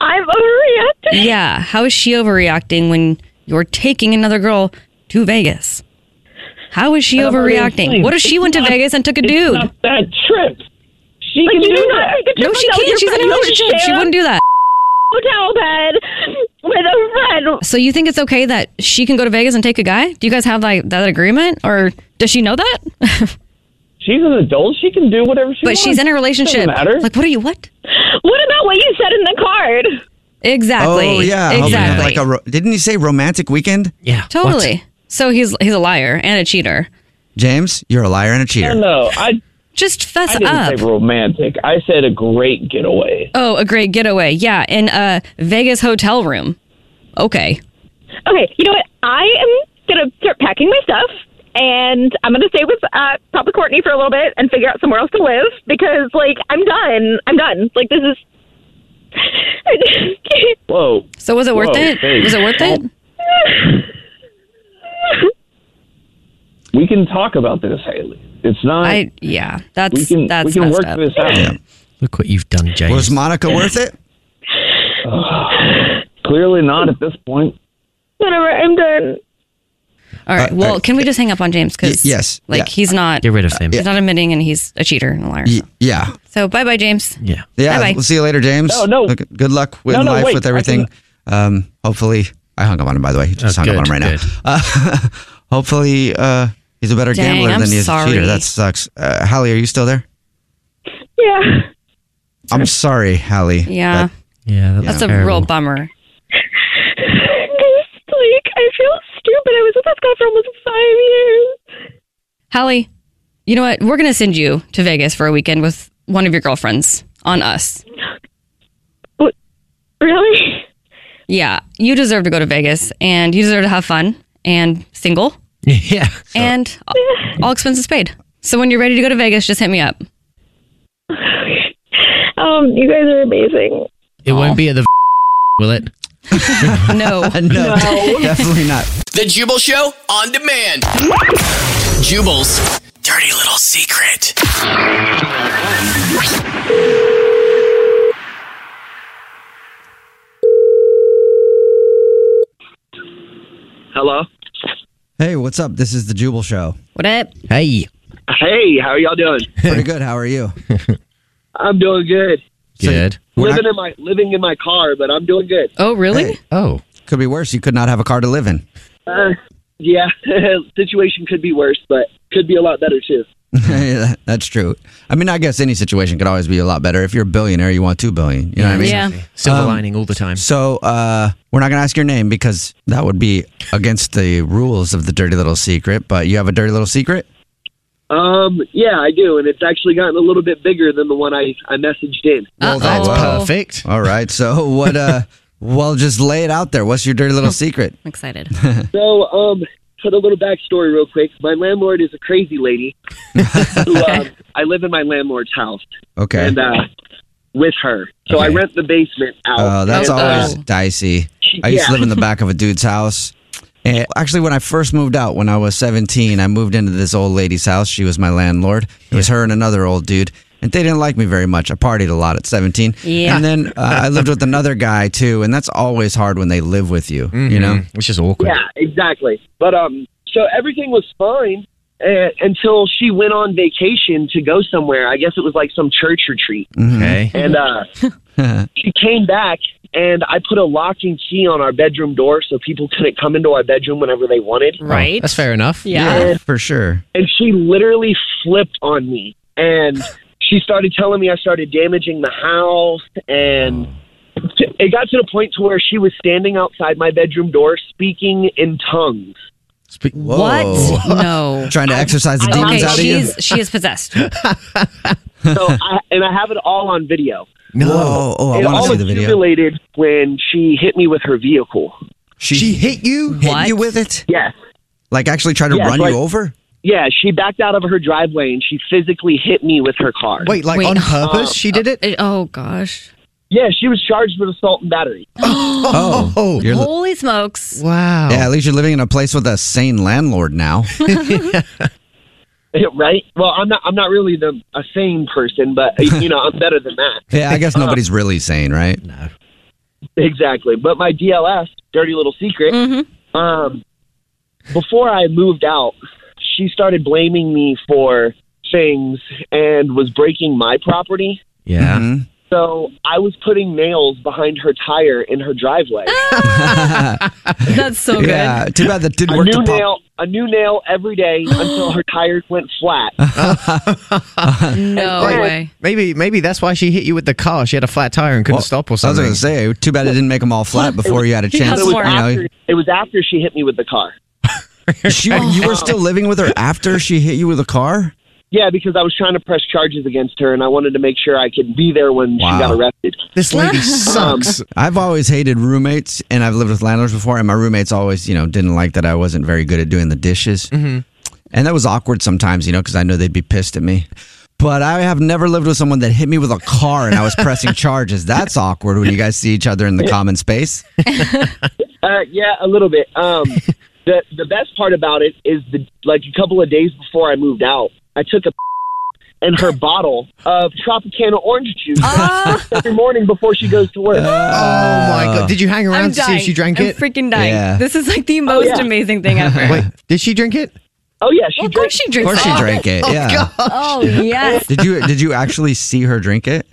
Speaker 9: I'm overreacting.
Speaker 2: Yeah. How is she overreacting when you're taking another girl to Vegas? How is she
Speaker 9: I've already
Speaker 2: overreacting?
Speaker 9: explained.
Speaker 2: What if she
Speaker 9: It's
Speaker 2: went to
Speaker 9: not-
Speaker 2: Vegas and took a
Speaker 9: it's
Speaker 2: dude?
Speaker 9: not
Speaker 12: that trip. She
Speaker 9: Like, can you do do not that. take a
Speaker 2: No,
Speaker 9: trip
Speaker 2: she
Speaker 9: without
Speaker 2: can't.
Speaker 9: your
Speaker 2: She's in a
Speaker 9: friend. You
Speaker 2: relationship. She
Speaker 9: share
Speaker 2: wouldn't do that.
Speaker 9: Hotel bed with a friend.
Speaker 2: So you think it's okay that she can go to Vegas and take a guy? Do you guys have like that agreement, or does she know that?
Speaker 12: She's an adult. She can do whatever she
Speaker 2: but
Speaker 12: wants.
Speaker 2: she's in a relationship.
Speaker 12: Doesn't matter.
Speaker 2: Like, what are you? What?
Speaker 9: What about what you said in the card?
Speaker 2: Exactly.
Speaker 1: Oh, yeah.
Speaker 2: Exactly.
Speaker 1: Like a ro- didn't you say romantic weekend?
Speaker 8: Yeah.
Speaker 2: totally. So he's he's a liar and a cheater.
Speaker 1: James, you're a liar and a cheater.
Speaker 12: No, I
Speaker 2: Just fess
Speaker 12: I didn't
Speaker 2: up.
Speaker 12: say romantic. I said a great getaway.
Speaker 2: Oh, a great getaway. Yeah, in a Vegas hotel room. Okay.
Speaker 9: Okay, you know what? I am gonna start packing my stuff, and I'm gonna stay with uh, Papa Courtney for a little bit and figure out somewhere else to live because, like, I'm done. I'm done. Like, this is.
Speaker 12: Whoa.
Speaker 2: So was it worth
Speaker 9: Whoa,
Speaker 2: it?
Speaker 9: hey.
Speaker 2: Was it worth it?
Speaker 12: We can talk about this, Haley. It's not.
Speaker 2: I yeah. That's
Speaker 12: we can
Speaker 2: that's
Speaker 12: we can
Speaker 2: messed
Speaker 12: work
Speaker 2: up.
Speaker 12: this out.
Speaker 8: Look what you've done, James.
Speaker 1: Was Monica worth it?
Speaker 12: Clearly not at this point.
Speaker 9: Whatever. I'm done.
Speaker 2: All
Speaker 8: Uh,
Speaker 2: right. well, can we just hang up on James? Because
Speaker 1: yes,
Speaker 2: like
Speaker 1: yeah.
Speaker 2: he's not.
Speaker 8: Get rid of him.
Speaker 2: He's not admitting, and he's a cheater and a liar.
Speaker 1: Y- yeah.
Speaker 2: So bye bye, James.
Speaker 8: Yeah.
Speaker 1: Yeah.
Speaker 2: Bye-bye.
Speaker 1: We'll see you later, James.
Speaker 2: No, no.
Speaker 1: Look, good luck with
Speaker 2: No, no,
Speaker 1: life
Speaker 2: wait.
Speaker 1: with
Speaker 2: I
Speaker 1: everything. Um, hopefully, I hung up on him, by the way. He just
Speaker 8: Oh,
Speaker 1: hung up
Speaker 8: good,
Speaker 1: on him right
Speaker 8: good.
Speaker 1: now. Uh, hopefully, uh, he's a better
Speaker 2: Dang,
Speaker 1: gambler
Speaker 2: I'm
Speaker 1: than he is
Speaker 2: sorry.
Speaker 1: a cheater. That sucks. Uh, Hallie, are you still there?
Speaker 9: Yeah.
Speaker 1: I'm sorry, Hallie.
Speaker 2: Yeah.
Speaker 8: yeah.
Speaker 2: That's a real bummer.
Speaker 9: Just, like, I feel stupid. I was with this guy for almost five years.
Speaker 2: Hallie, you know what? We're gonna send you to Vegas for a weekend with one of your girlfriends on us.
Speaker 9: Really?
Speaker 2: Yeah, you deserve to go to Vegas, and you deserve to have fun and single,
Speaker 8: Yeah.
Speaker 2: and all expenses paid. So when you're ready to go to Vegas, just hit me up.
Speaker 9: Um, you guys are amazing.
Speaker 8: It won't be at the will it?
Speaker 2: no.
Speaker 1: no. Definitely not.
Speaker 5: The Jubal Show on demand. Jubal's dirty little secret.
Speaker 12: Hello.
Speaker 1: Hey, what's up? This is the Jubal Show.
Speaker 2: What up?
Speaker 8: Hey.
Speaker 12: Hey, how are y'all doing?
Speaker 1: Pretty good. How are you?
Speaker 11: I'm doing good.
Speaker 8: Good.
Speaker 11: living in my living in my car, but I'm doing good.
Speaker 2: Oh, really?
Speaker 8: Oh.
Speaker 1: Could be worse. You could not have a car to live in.
Speaker 11: Uh, yeah, situation could be worse, but could be a lot better too.
Speaker 1: Yeah, That's true. I mean, I guess any situation could always be a lot better. If you're a billionaire, you want two billion. You know what I mean? Um,
Speaker 8: Yeah. Silver lining all the time.
Speaker 1: So uh, we're not gonna ask your name because that would be against the rules of the dirty little secret. But you have a dirty little secret.
Speaker 11: Um, yeah, I do, and it's actually gotten a little bit bigger than the one I, I messaged in.
Speaker 1: Well, that's perfect. All right. So what? Uh, well, just lay it out there. What's your dirty little secret?
Speaker 2: I'm excited.
Speaker 11: So, um, put a little backstory real quick. My landlord is a crazy lady. who, um, I live in my landlord's house
Speaker 1: okay.
Speaker 11: and uh, with her, so I rent the basement out.
Speaker 1: Oh, that's
Speaker 11: And, uh,
Speaker 1: always dicey. I used
Speaker 11: Yeah.
Speaker 1: to live in the back of a dude's house. And actually, when I first moved out, when I was 17, I moved into this old lady's house. She was my landlord. It was her and another old dude. And they didn't like me very much. I partied a lot at 17.
Speaker 8: Yeah.
Speaker 1: And then uh, I lived with another guy, too. And that's always hard when they live with you, you know?
Speaker 8: Mm-hmm. Which is awkward.
Speaker 11: Yeah, exactly. But um, so everything was fine uh, until she went on vacation to go somewhere. I guess it was like some church retreat.
Speaker 1: Mm-hmm.
Speaker 8: Okay.
Speaker 11: And uh, she came back, and I put a lock and key on our bedroom door so people couldn't come into our bedroom whenever they wanted.
Speaker 8: That's fair enough.
Speaker 11: Yeah. Yeah,
Speaker 1: for sure.
Speaker 11: And she literally flipped on me, and she started telling me I started damaging the house, and it got to the point to where she was standing outside my bedroom door speaking in tongues.
Speaker 2: What? No.
Speaker 1: Trying to exercise the demons
Speaker 2: okay,
Speaker 1: out of you?
Speaker 2: she's she is possessed.
Speaker 11: so I, and I have it all on video.
Speaker 1: No. Whoa. Oh, I
Speaker 11: It
Speaker 1: wanna
Speaker 11: all
Speaker 1: see the video.
Speaker 11: accumulated when she hit me with her vehicle.
Speaker 1: She, hit you? Hit you with it?
Speaker 11: Yes.
Speaker 1: Like, actually try to
Speaker 11: Yes,
Speaker 1: run
Speaker 11: like-
Speaker 1: you over?
Speaker 11: Yeah, she backed out of her driveway and she physically hit me with her car.
Speaker 1: Wait, like, Wait, on purpose
Speaker 11: Um,
Speaker 1: she did
Speaker 2: it? oh gosh.
Speaker 11: Yeah, she was charged with assault and battery.
Speaker 1: Oh. You're li-
Speaker 2: Holy smokes.
Speaker 8: Wow.
Speaker 1: Yeah, at least you're living in a place with a sane landlord now.
Speaker 11: right? Well, I'm not. I'm not really the a sane person, but uh, you know, I'm better than that.
Speaker 1: Yeah, I guess
Speaker 11: Um,
Speaker 1: nobody's really sane, right?
Speaker 11: Exactly. But my DLS, dirty little secret.
Speaker 2: Mm-hmm.
Speaker 11: Um, before I moved out, she started blaming me for things and was breaking my property.
Speaker 8: Yeah.
Speaker 1: Mm-hmm.
Speaker 11: So I was putting nails behind her tire in her driveway.
Speaker 2: Ah! That's so
Speaker 1: Yeah, too bad that didn't
Speaker 11: a
Speaker 1: work
Speaker 11: new
Speaker 1: to pop.
Speaker 11: nail, a new nail every day until her tires went flat.
Speaker 2: no
Speaker 8: Wait, Maybe maybe that's why she hit you with the car. She had a flat tire and couldn't stop or
Speaker 1: I was
Speaker 8: something.
Speaker 1: going to say, too bad it didn't make them all flat before you had a chance.
Speaker 11: It
Speaker 1: You,
Speaker 11: was,
Speaker 1: know,
Speaker 11: after, it was after she hit me with the car.
Speaker 1: she,
Speaker 8: Oh.
Speaker 2: Oh.
Speaker 1: you were still living with her after she hit you with a car?
Speaker 11: Yeah, because I was trying to press charges against her, and I wanted to make sure I could be there when she got arrested. Um,
Speaker 8: This lady sucks.
Speaker 1: I've always hated roommates, and I've lived with landlords before, and my roommates always, you know, didn't like that I wasn't very good at doing the dishes.
Speaker 8: Mm-hmm.
Speaker 1: And that was awkward sometimes, you know, because I know they'd be pissed at me. But I have never lived with someone that hit me with a car and I was pressing charges. That's awkward when you guys see each other in the common space.
Speaker 11: Uh, yeah, a little bit. Um, the the best part about it is the like a couple of days before I moved out, I took a and her bottle of Tropicana orange juice
Speaker 2: Ah.
Speaker 11: every morning before she goes to work.
Speaker 8: Oh my god! Did you hang around
Speaker 2: I'm
Speaker 8: to see
Speaker 2: dying.
Speaker 8: if she drank
Speaker 2: I'm
Speaker 8: it?
Speaker 2: freaking dying. This is like the
Speaker 9: Oh,
Speaker 2: most
Speaker 8: yeah.
Speaker 2: amazing thing ever.
Speaker 8: Wait, did she drink it?
Speaker 11: Oh yeah, she
Speaker 2: well, of course she drinks.
Speaker 1: Of course she
Speaker 2: it.
Speaker 1: drank it, Oh, yeah. gosh.
Speaker 2: Oh yes.
Speaker 1: Did you did you actually see her drink it?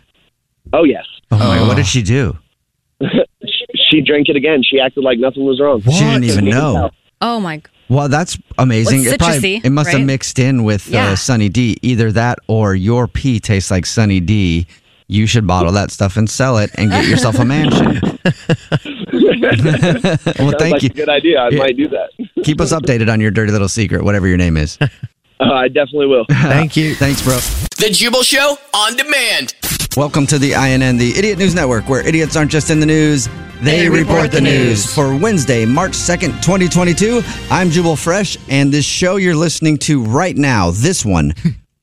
Speaker 11: Oh yes.
Speaker 1: Oh my! What did she do?
Speaker 11: she drank it again. She acted like nothing was wrong.
Speaker 1: She didn't even know.
Speaker 2: Oh my.
Speaker 1: Well, that's amazing.
Speaker 2: Well,
Speaker 1: it, probably,
Speaker 2: citrusy,
Speaker 1: it must have
Speaker 2: right?
Speaker 1: mixed in with
Speaker 2: Yeah.
Speaker 1: uh, Sunny D. Either that or your pee tastes like Sunny D. You should bottle that stuff and sell it and get yourself a mansion. well,
Speaker 11: Sounds
Speaker 1: thank
Speaker 11: like
Speaker 1: you.
Speaker 11: A good idea. I
Speaker 1: Yeah.
Speaker 11: might do that.
Speaker 1: Keep us updated on your dirty little secret, whatever your name is.
Speaker 11: Uh, I definitely will.
Speaker 1: Thank you. Thanks, bro.
Speaker 5: The Jubal Show on demand.
Speaker 1: Welcome to the INN, the Idiot News Network, where idiots aren't just in the news, they, report, the news. For Wednesday, March 2nd, 2022, I'm Jubal Fresh, and this show you're listening to right now, this one,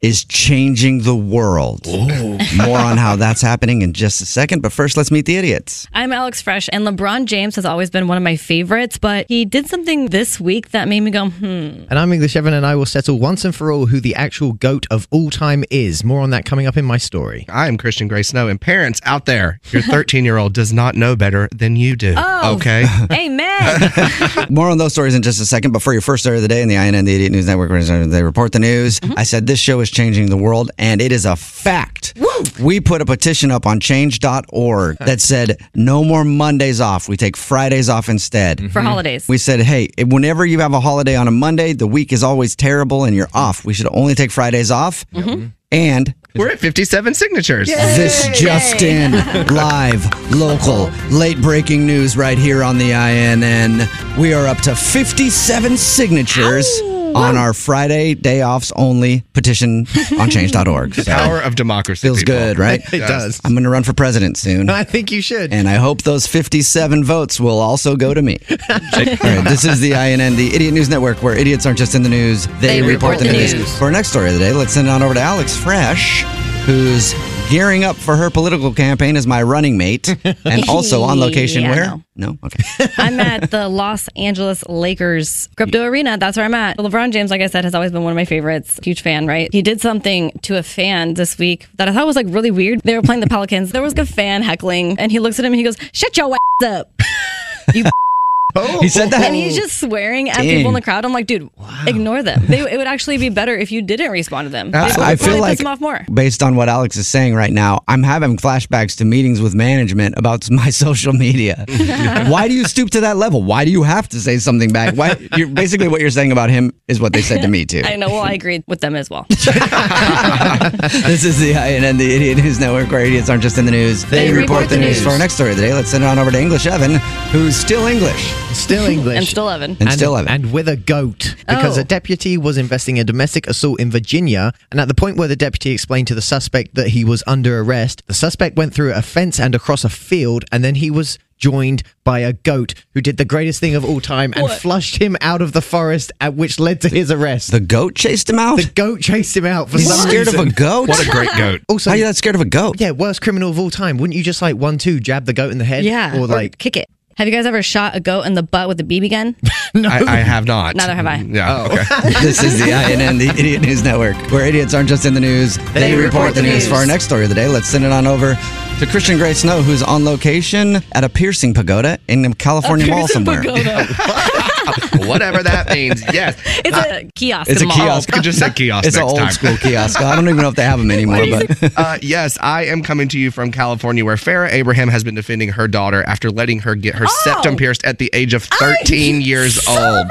Speaker 1: is changing the world. More on how that's happening in just a second, but first, let's meet the idiots.
Speaker 2: I'm Alex Fresh, and LeBron James has always been one of my favorites, but he did something this week that made me go, hmm.
Speaker 8: And I'm English Evan, and I will settle once and for all who the actual goat of all time is. More on that coming up in my story.
Speaker 4: I am Christian Gray Snow, and parents out there, your 13 year old does not know better than you do.
Speaker 2: Oh.
Speaker 4: Okay.
Speaker 2: Amen.
Speaker 1: More
Speaker 2: Mm-hmm.
Speaker 1: on those stories in just a second, but for your first story of the day in the INN, the Idiot News Network, where they report the news, I said this show is is changing the world, and it is a fact. We put a petition up on change.org that said, no more Mondays off. We take Fridays off instead.
Speaker 2: For holidays.
Speaker 1: We said, hey, whenever you have a holiday on a Monday, the week is always terrible and you're off. We should only take Fridays off. And
Speaker 4: Mm-hmm. We're at 57 signatures.
Speaker 1: this just in live, local, late breaking news right here on the INN. We are up to 57 signatures on our Friday day offs only petition on change.org.
Speaker 4: The power of democracy.
Speaker 1: Feels
Speaker 4: people.
Speaker 1: good, right?
Speaker 4: It does.
Speaker 1: I'm going to run for president soon.
Speaker 3: I think you should.
Speaker 1: And I hope those 57 votes will also go to me. All right, this is the INN, the Idiot News Network, where idiots aren't just in the news, they, report, the, news. For our next story of the day, let's send it on over to Alex Fresh, who's gearing up for her political campaign as my running mate and also on location
Speaker 2: Yeah, I
Speaker 1: where?
Speaker 2: know.
Speaker 1: No? Okay.
Speaker 2: I'm at the Los Angeles Lakers crypto arena. That's where I'm at. LeBron James, like I said, has always been one of my favorites. Huge fan, right? He did something to a fan this week that I thought was like really weird. They were playing the Pelicans. There was a fan heckling, and he looks at him and he goes, "Shut your ass up."
Speaker 1: He said that?
Speaker 2: And he's just swearing at
Speaker 1: Dang.
Speaker 2: people in the crowd. I'm like, dude, ignore them. They, it would actually be better if you didn't respond to them.
Speaker 1: I-
Speaker 2: It would
Speaker 1: Uh, I feel
Speaker 2: probably
Speaker 1: like,
Speaker 2: piss them off more.
Speaker 1: based on what Alex is saying right now, I'm having flashbacks to meetings with management about my social media. Why do you stoop to that level? Why do you have to say something back? Why? You're, basically, what you're saying about him is what they said to me too.
Speaker 2: I know. Well, I agreed with them as well.
Speaker 1: this is the INN, the Idiot News Network, where idiots aren't just in the news.
Speaker 2: They report the news.
Speaker 1: For our next story of the day, let's send it on over to English Evan, who's still English.
Speaker 3: Still English.
Speaker 2: And still Evan.
Speaker 1: And, still Evan.
Speaker 3: And with a goat. Because
Speaker 2: Oh.
Speaker 3: a deputy was investing a domestic assault in Virginia. And at the point where the deputy explained to the suspect that he was under arrest, the suspect went through a fence and across a field. And then he was joined by a goat who did the greatest thing of all time and flushed him out of the forest, at which led to his arrest.
Speaker 1: The goat chased him out?
Speaker 3: The goat chased him out for
Speaker 1: He's
Speaker 3: some
Speaker 1: scared of a
Speaker 3: reason.
Speaker 1: goat? What a great goat.
Speaker 3: Also,
Speaker 1: How are you that scared of a goat?
Speaker 3: Yeah, worst criminal of all time. Wouldn't you just like one, two, jab the goat in the head?
Speaker 2: Yeah.
Speaker 3: Or like,
Speaker 2: kick it. Have you guys ever shot a goat in the butt with a BB gun?
Speaker 3: no.
Speaker 4: I, I have not.
Speaker 2: Neither have I.
Speaker 4: Yeah. Okay.
Speaker 1: Mm, Oh. this is the INN, the Idiot News Network, where idiots aren't just in the news, they, report, the news. For our next story of the day, let's send it on over to Christian Gray Snow, who's on location at a piercing pagoda in a California mall somewhere.
Speaker 4: Whatever that means. Yes.
Speaker 2: It's a kiosk.
Speaker 1: It's
Speaker 2: in
Speaker 1: a
Speaker 2: the mall.
Speaker 1: kiosk.
Speaker 4: could just say kiosk
Speaker 1: It's an
Speaker 4: next
Speaker 1: old
Speaker 4: time.
Speaker 1: school kiosk. I don't even know if they have them anymore. But
Speaker 4: uh, yes, I am coming to you from California, where Farah Abraham has been defending her daughter after letting her get her
Speaker 3: Oh.
Speaker 4: septum pierced at the age of 13 years old.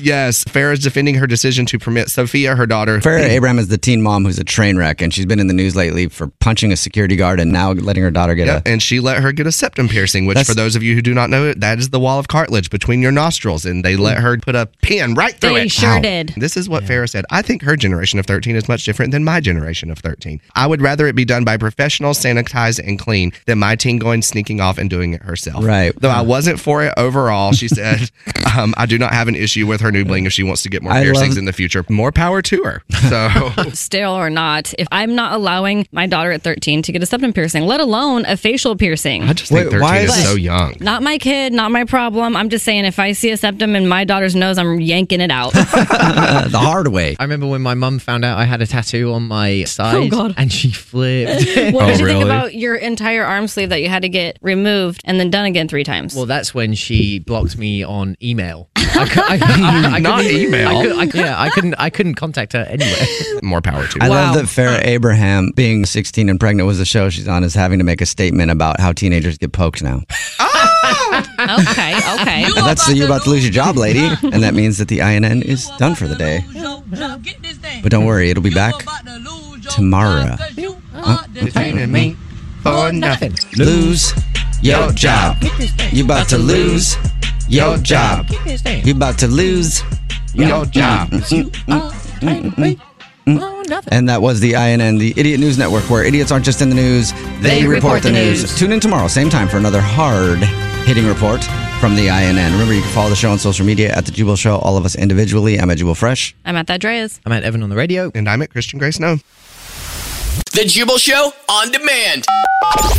Speaker 4: Yes, Farah is defending her decision to permit Sophia, her daughter,
Speaker 1: Farrah Abraham is the teen mom who's a train wreck, and she's been in the news lately for punching a security guard and now letting her daughter get
Speaker 4: Yeah,
Speaker 1: a.
Speaker 4: and she let her get a septum piercing, which
Speaker 1: That's-
Speaker 4: for those of you who do not know it, that is the wall of cartilage between your nostrils, and they
Speaker 1: Mm.
Speaker 4: let her put a pin right through
Speaker 2: They
Speaker 4: it.
Speaker 2: sure Wow. did.
Speaker 4: This is what Farah said. I think her generation of 13 is much different than my generation of 13. I would rather it be done by professionals, sanitized, and clean than my teen going sneaking off and doing it herself.
Speaker 1: Right.
Speaker 4: Though I wasn't for it overall, she said, um, I do not have an issue with her new bling if she wants to get more
Speaker 1: I
Speaker 4: piercings
Speaker 1: love-
Speaker 4: in the future. More power to her. So.
Speaker 2: Sterile or not, if I'm not allowing my daughter at 13 to get a septum piercing, let alone a facial piercing.
Speaker 4: I just think
Speaker 1: Wait,
Speaker 4: 13
Speaker 1: why
Speaker 4: is
Speaker 1: is-
Speaker 4: so young.
Speaker 2: Not my kid, not my problem. I'm just saying, if I see a septum in my daughter's nose, I'm yanking it out.
Speaker 1: the hard way.
Speaker 3: I remember when my mum found out I had a tattoo on my side
Speaker 2: Oh, God.
Speaker 3: and she flipped.
Speaker 4: Oh,
Speaker 2: What did you think about your entire arm sleeve that you had to get removed and then done again three times?
Speaker 3: Well, that's when she blocked me on email. I, cou- I- I- I
Speaker 4: Not
Speaker 3: couldn't-
Speaker 4: email.
Speaker 3: I cou- I cou- yeah, I couldn't. I couldn't contact her anyway.
Speaker 4: More power to her.
Speaker 1: I love that Farrah Abraham, being 16 and pregnant, was the show she's on, is having to make a statement about how teenagers get poked now.
Speaker 2: okay, okay.
Speaker 1: Now that's the you're about to lose your job, lady, and that means that the INN is done for the day. But don't worry, it'll be back tomorrow.
Speaker 4: Entertaining me for nothing.
Speaker 1: Lose your job. You about to lose your job. You about to lose
Speaker 4: Your job.
Speaker 1: And that was the INN, the Idiot News Network, where idiots aren't just in the news, they, report, the news. Tune in tomorrow, same time, for another hard hitting report from the INN. Remember, you can follow the show on social media at The Jubal Show, all of us individually. I'm at Jubal Fresh.
Speaker 2: I'm at that Dreas.
Speaker 3: I'm at Evan on the radio.
Speaker 4: And I'm at Christian Grace No.
Speaker 5: The Jubal Show on demand.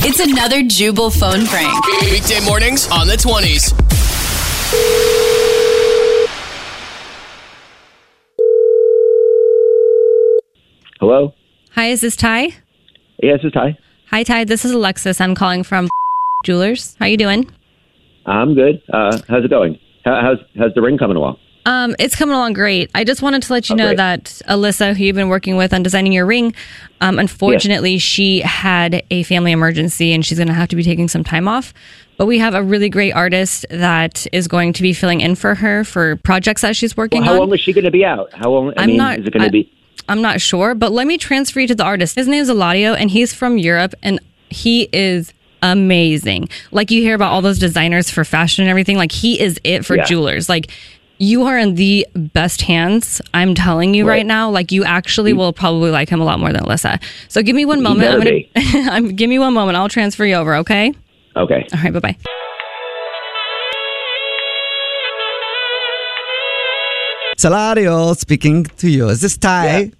Speaker 6: It's another Jubal phone prank.
Speaker 5: Weekday mornings on the 20s.
Speaker 12: Hello?
Speaker 2: Hi, is this Ty?
Speaker 12: Yeah, this is Ty.
Speaker 2: Hi, Ty. This is Alexis. I'm calling from Jewelers. How you doing?
Speaker 12: I'm good. Uh, how's it going? How, how's how's the ring coming along?
Speaker 2: Um, it's coming along great. I just wanted to let you
Speaker 11: Oh,
Speaker 2: know that Alyssa, who you've been working with on designing your ring, um, unfortunately, she had a family emergency and she's going to have to be taking some time off. But we have a really great artist that is going to be filling in for her for projects that she's working
Speaker 11: Well, how
Speaker 2: on.
Speaker 11: long is she going to be out? How long? I
Speaker 2: I'm
Speaker 11: mean,
Speaker 2: not-
Speaker 11: is it going
Speaker 2: I-
Speaker 11: to be?
Speaker 2: I'm not sure, but let me transfer you to the artist. His name is Eladio, and he's from Europe, and he is amazing. Like you hear about all those designers for fashion and everything, like he is it for
Speaker 13: Yeah.
Speaker 2: jewelers. Like you are in the best hands. I'm telling you right,
Speaker 13: Right.
Speaker 2: now. Like you actually will probably like him a lot more than Alyssa. So give me one moment.
Speaker 11: better
Speaker 2: I'm gonna I'm, give me one moment. I'll transfer you over. Okay.
Speaker 11: Okay.
Speaker 2: All right. Bye bye.
Speaker 14: Salario speaking to you. Is this Ty?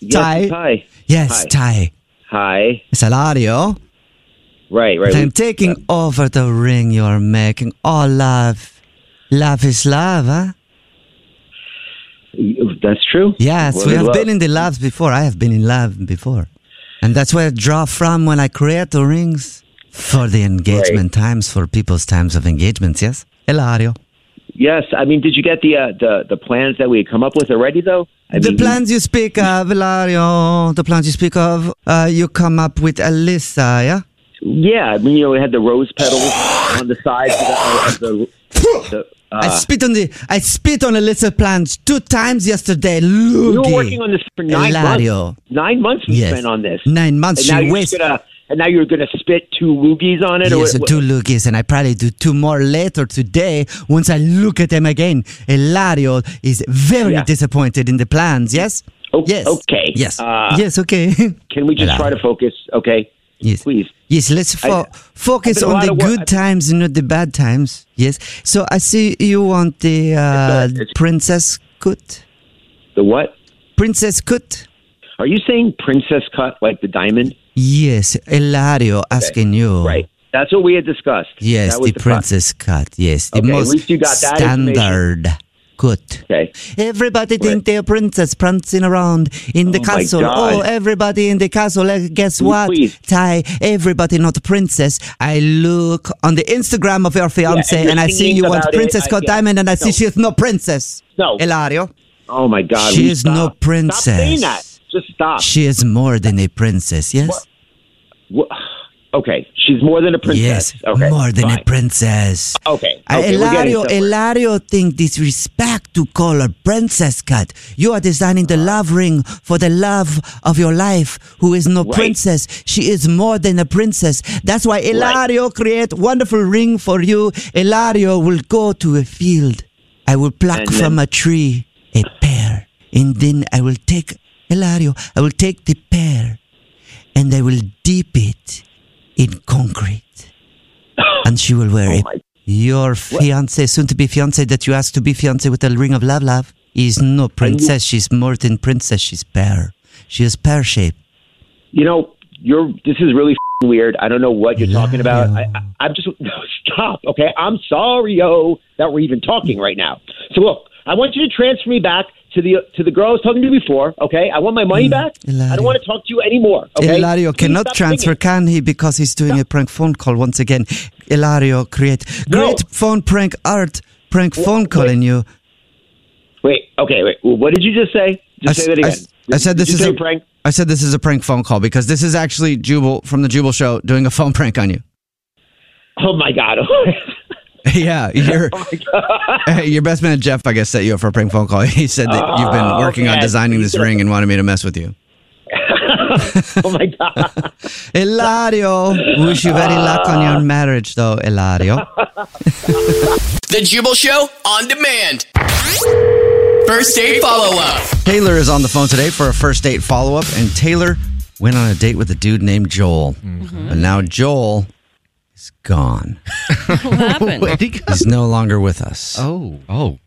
Speaker 11: Yes, it's Ty.
Speaker 14: Yes, Ty.
Speaker 11: Hi.
Speaker 14: Salario.
Speaker 11: Right, right.
Speaker 14: I'm
Speaker 11: We-
Speaker 14: taking over the ring you're making. All love. Love is love, huh?
Speaker 11: That's true.
Speaker 14: Yes,
Speaker 11: Well,
Speaker 14: we have
Speaker 11: love-
Speaker 14: been in the loves before. I have been in love before. And that's where I draw from when I create the rings for the engagement times, for people's times of engagements, yes? Hilario.
Speaker 11: Yes, I mean, did you get the uh, the the plans that we had come up with already, though? I
Speaker 14: the
Speaker 11: mean,
Speaker 14: plans you speak of, Hilario, the plans you speak of, uh, you come up with Alyssa, yeah?
Speaker 11: Yeah, I mean, you know, we had the rose petals on the sides of the. Of the, the
Speaker 14: I
Speaker 11: uh,
Speaker 14: spit on the I spit on Alyssa plans two times yesterday. Loogie.
Speaker 11: we were working on this for nine
Speaker 14: Hilario.
Speaker 11: months. Nine months we
Speaker 14: Yes.
Speaker 11: spent on this.
Speaker 14: Nine months,
Speaker 11: And now
Speaker 14: you
Speaker 11: you're
Speaker 14: waste-
Speaker 11: Gonna, and now you're going to spit two loogies on it. or
Speaker 14: Yes,
Speaker 11: what-
Speaker 14: two loogies, and I probably do two more later today once I look at them again. Hilario is very
Speaker 11: Yeah.
Speaker 14: disappointed in the plans, yes?
Speaker 11: O-
Speaker 14: yes.
Speaker 11: Okay.
Speaker 14: Yes.
Speaker 11: Uh,
Speaker 14: yes, okay.
Speaker 11: Can we just
Speaker 14: Hello.
Speaker 11: try to focus? Okay.
Speaker 14: Yes.
Speaker 11: Please.
Speaker 14: Yes, let's fo-
Speaker 11: I-
Speaker 14: focus
Speaker 11: I've been a
Speaker 14: on
Speaker 11: lot
Speaker 14: the
Speaker 11: of wor-
Speaker 14: good times, not the bad times. Yes. So I see you want the uh, princess cut.
Speaker 11: The what?
Speaker 14: Princess cut.
Speaker 11: Are you saying princess cut like the diamond?
Speaker 14: Yes, Hilario asking you.
Speaker 11: Right. That's what we had discussed.
Speaker 14: Yes,
Speaker 11: That was
Speaker 14: the, princess cut. Yes, the
Speaker 11: Okay, at
Speaker 14: most
Speaker 11: least you got that
Speaker 14: standard cut.
Speaker 11: Okay.
Speaker 14: Everybody think they're princess prancing around in the
Speaker 11: Oh my
Speaker 14: castle.
Speaker 11: God.
Speaker 14: Oh, everybody in the castle. eh, Guess
Speaker 11: Please,
Speaker 14: what?
Speaker 11: please.
Speaker 14: Ty, everybody not princess. I look on the Instagram of your fiance
Speaker 11: you're
Speaker 14: and, I see
Speaker 11: singing
Speaker 14: you want
Speaker 11: about it.
Speaker 14: princess
Speaker 11: I-
Speaker 14: cut
Speaker 11: yeah.
Speaker 14: diamond and I see
Speaker 11: No.
Speaker 14: she's no princess.
Speaker 11: No.
Speaker 14: Hilario.
Speaker 11: Oh my God.
Speaker 14: She
Speaker 11: we
Speaker 14: is no
Speaker 11: stop.
Speaker 14: princess.
Speaker 11: Stop saying Ah. that. Just stop.
Speaker 14: She is more than a princess, yes?
Speaker 11: Wha- Okay. She's more than a princess.
Speaker 14: Yes,
Speaker 11: Okay.
Speaker 14: more than
Speaker 11: fine.
Speaker 14: a princess.
Speaker 11: Okay.
Speaker 14: Uh,
Speaker 11: okay, we're getting
Speaker 14: Elario,
Speaker 11: somewhere.
Speaker 14: Elario think disrespect to call her princess cut. You are designing the love ring for the love of your life, who is no
Speaker 11: Right.
Speaker 14: princess. She is more than a princess. That's why Elario create wonderful ring for you. Elario will go to a field. I will pluck
Speaker 11: And then-
Speaker 14: from a tree a pear, and then I will take Elario. I will take the pear, and I will dip it in concrete and she will
Speaker 11: Oh
Speaker 14: wear it. Your fiance, soon to be fiance, that you asked to be fiance with a ring of love, love, is no princess. She's more than princess. She's pear. She is pear shaped.
Speaker 11: You know, you're. This is really f***ing weird. I don't know what you're talking about. I, I, I'm just. No, stop. Okay. I'm sorry, oh, that we're even talking right now. So look, I want you to transfer me back to the to the girl I was talking to before. Okay. I want my money back. I don't want to talk to you anymore. Okay.
Speaker 14: Elario
Speaker 11: Please
Speaker 14: Mm, cannot
Speaker 11: stop
Speaker 14: transfer,
Speaker 11: singing.
Speaker 14: can he? Because he's doing a prank phone call once again. Elario, create great phone prank art, prank phone calling you.
Speaker 11: Wait. Okay. Wait. Well, what did you just say? Just
Speaker 14: I s-
Speaker 11: say that
Speaker 14: I
Speaker 11: again.
Speaker 14: s- I said
Speaker 11: Did
Speaker 14: this
Speaker 11: you
Speaker 14: is
Speaker 11: say
Speaker 14: a
Speaker 11: prank.
Speaker 14: I said this is a prank phone call because this is actually Jubal from the Jubal Show doing a phone prank on you.
Speaker 11: Oh my god.
Speaker 14: Yeah,
Speaker 11: Oh
Speaker 14: your Hey, your best man Jeff, I guess, set you up for a prank phone call. He said that you've been
Speaker 11: Oh,
Speaker 14: working on
Speaker 11: man.
Speaker 14: designing this ring and wanted me to mess with you.
Speaker 11: oh my god.
Speaker 14: Eladio, wish you very luck on your marriage, though, Eladio.
Speaker 5: The Jubal Show on demand. First date follow up.
Speaker 14: Taylor is on the phone today for a first date follow up, and Taylor went on a date with a dude named Joel, but now Joel is gone.
Speaker 2: What happened?
Speaker 14: He's no longer with us.
Speaker 1: Oh,
Speaker 14: oh.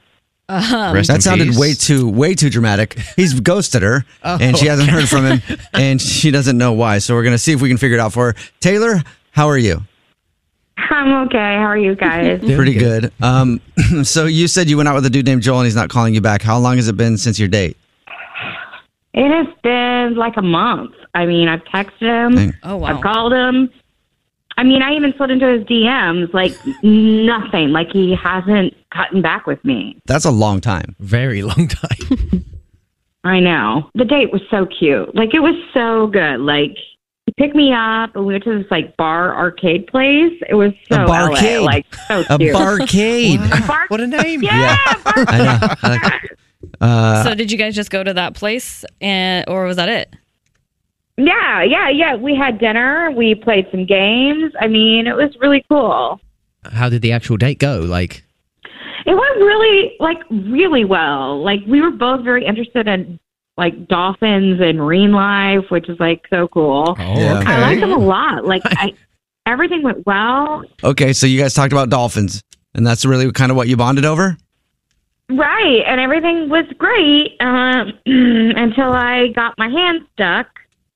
Speaker 2: Um,
Speaker 14: that sounded way too way too dramatic. He's ghosted her,
Speaker 2: Oh,
Speaker 14: and she hasn't
Speaker 2: okay.
Speaker 14: heard from him, and she doesn't know why. So we're gonna see if we can figure it out for her. Taylor, how are you?
Speaker 10: I'm okay. How are you guys?
Speaker 14: Pretty good. Um, so you said you went out with a dude named Joel, and he's not calling you back. How long has it been since your date?
Speaker 10: It has been like a month. I mean, I've texted him.
Speaker 14: Dang.
Speaker 10: Oh wow. I've called him. I mean, I even slid into his DMs, like nothing. Like he hasn't gotten back with me.
Speaker 1: That's a long time.
Speaker 8: Very long time.
Speaker 10: I know. The date was so cute. Like it was so good. Like he picked me up and we went to this like bar arcade place. It was so LA,
Speaker 1: barcade?
Speaker 10: like so
Speaker 1: A
Speaker 10: cute.
Speaker 1: barcade.
Speaker 10: Bar-
Speaker 8: what a name.
Speaker 10: Yeah.
Speaker 1: I know. I like- uh,
Speaker 2: so did you guys just go to that place and or was that it?
Speaker 10: Yeah, yeah, yeah. We had dinner. We played some games. I mean, it was really cool.
Speaker 8: How did the actual date go? Like,
Speaker 10: It went really, like, really well. Like, we were both very interested in, like, dolphins and marine life, which is, like, so cool.
Speaker 1: Yeah. okay.
Speaker 10: I liked him a lot. Like, I, everything went well.
Speaker 1: okay, so you guys talked about dolphins, and that's really kind of what you bonded over?
Speaker 10: Right. And everything was great um, until I got my hand stuck.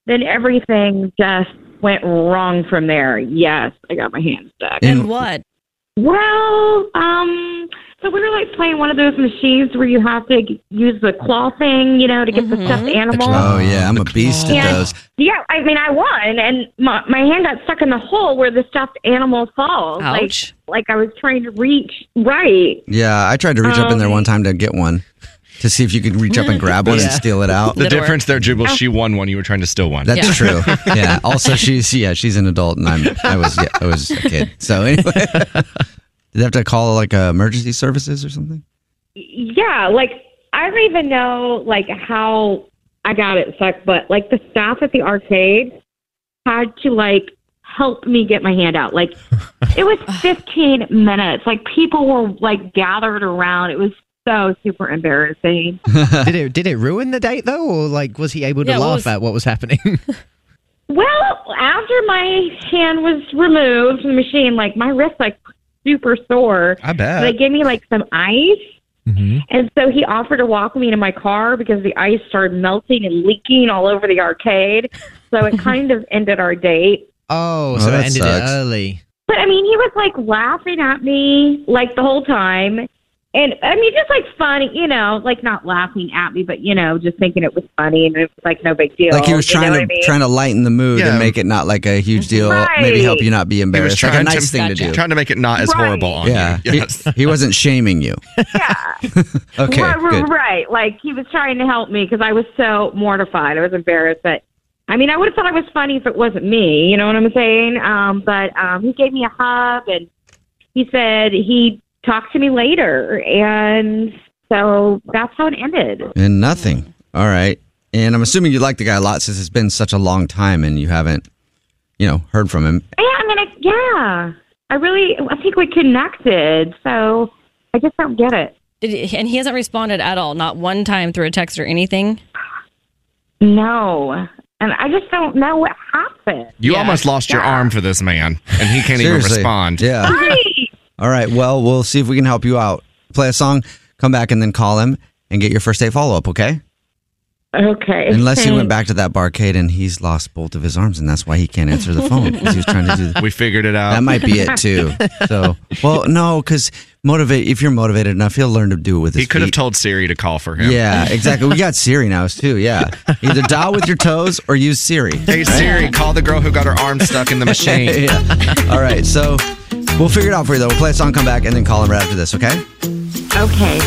Speaker 10: Then everything just went wrong from there. Yes, I got my hand stuck.
Speaker 2: And what?
Speaker 10: Well, um, so we were like playing one of those machines where you have to g- use the claw thing, you know, to get the stuffed animal.
Speaker 1: Oh, yeah, I'm a beast at
Speaker 10: And-
Speaker 1: those.
Speaker 10: Yeah, I mean, I won, and my, my hand got stuck in the hole where the stuffed animal falls.
Speaker 1: Ouch.
Speaker 10: Like, like I was trying to reach right.
Speaker 1: Yeah, I tried to reach up in there
Speaker 10: Um,
Speaker 1: one time to get one to see if you could reach up and grab one and
Speaker 4: Yeah.
Speaker 1: steal it out.
Speaker 4: The difference there, Jubal, she won one. You were trying to steal one.
Speaker 1: That's true. Yeah. Also, she's yeah, she's an adult, and I'm I was yeah, I was a kid. So anyway, did they have to call like uh, emergency services or something?
Speaker 10: Yeah, like I don't even know like how I got it stuck, but like the staff at the arcade had to like help me get my hand out. Like it was 15 minutes. Like people were like gathered around. It was so super embarrassing.
Speaker 3: did it did it ruin the date though, or like was he able to
Speaker 10: Yeah, what
Speaker 3: laugh
Speaker 10: was-
Speaker 3: at what was happening?
Speaker 10: Well, after my hand was removed from the machine, like my wrist like super sore.
Speaker 4: I bet. Mm-hmm.
Speaker 10: They gave me like some ice. And so he offered to walk me to my car because the ice started melting and leaking all over the arcade. So it kind of ended our date.
Speaker 3: oh,
Speaker 8: Oh,
Speaker 3: so
Speaker 8: that
Speaker 3: it ended
Speaker 8: sucks.
Speaker 3: it early.
Speaker 10: But I mean, he was like laughing at me like the whole time. And I mean, just like funny, you know, like not laughing at me, but you know, just thinking it was funny and it was like no big deal.
Speaker 1: Like he was
Speaker 10: you know
Speaker 1: trying to
Speaker 10: what I mean?
Speaker 1: trying to lighten the mood and make it not like a huge deal. Maybe help you not be
Speaker 4: He was
Speaker 1: embarrassed.
Speaker 4: trying
Speaker 1: like a nice
Speaker 4: to,
Speaker 1: thing to do.
Speaker 4: Trying to make it not as
Speaker 10: Right.
Speaker 4: horrible on
Speaker 1: yeah,
Speaker 4: you.
Speaker 1: He-
Speaker 4: Yes.
Speaker 1: he, wasn't shaming you. Yeah. okay.
Speaker 10: right, right,
Speaker 1: Good.
Speaker 10: right. Like he was trying to help me because I was so mortified. I was embarrassed. But I mean, I would have thought I was funny if it wasn't me. You know what I'm saying? Um, but um, he gave me a hug and he said he'd talk to me later, and so that's how it ended.
Speaker 1: And nothing. All right. And I'm assuming you like the guy a lot since it's been such a long time and you haven't, you know, heard from him.
Speaker 10: Yeah, I mean, I, yeah. I really, I think we connected. So I just don't get it.
Speaker 2: Did and he hasn't responded at all, not one time through a text or anything.
Speaker 10: No, and I just don't know what happened.
Speaker 4: You almost lost your arm for this man, and he can't even
Speaker 1: Seriously.
Speaker 4: respond.
Speaker 1: Yeah. All right. Well, we'll see if we can help you out. Play a song, come back, and then call him and get your first date follow up, okay?
Speaker 10: Okay.
Speaker 1: Unless he
Speaker 10: thanks.
Speaker 1: went back to that barcade and he's lost both of his arms and that's why he can't answer the phone 'cause he was trying to do
Speaker 4: We figured it out.
Speaker 1: That might be it too. So, well, no, because motivate. If you're motivated enough, he'll learn to do it with his.
Speaker 4: He could have
Speaker 1: feet.
Speaker 4: told Siri to call for him.
Speaker 1: Yeah, exactly. We got Siri now too. Yeah, either dial with your toes or use Siri.
Speaker 4: Hey Siri, call the girl who got her arm stuck in the machine.
Speaker 1: yeah. All right. So we'll figure it out for you though. We'll play a song, come back, and then call him right after this. Okay.
Speaker 10: Okay.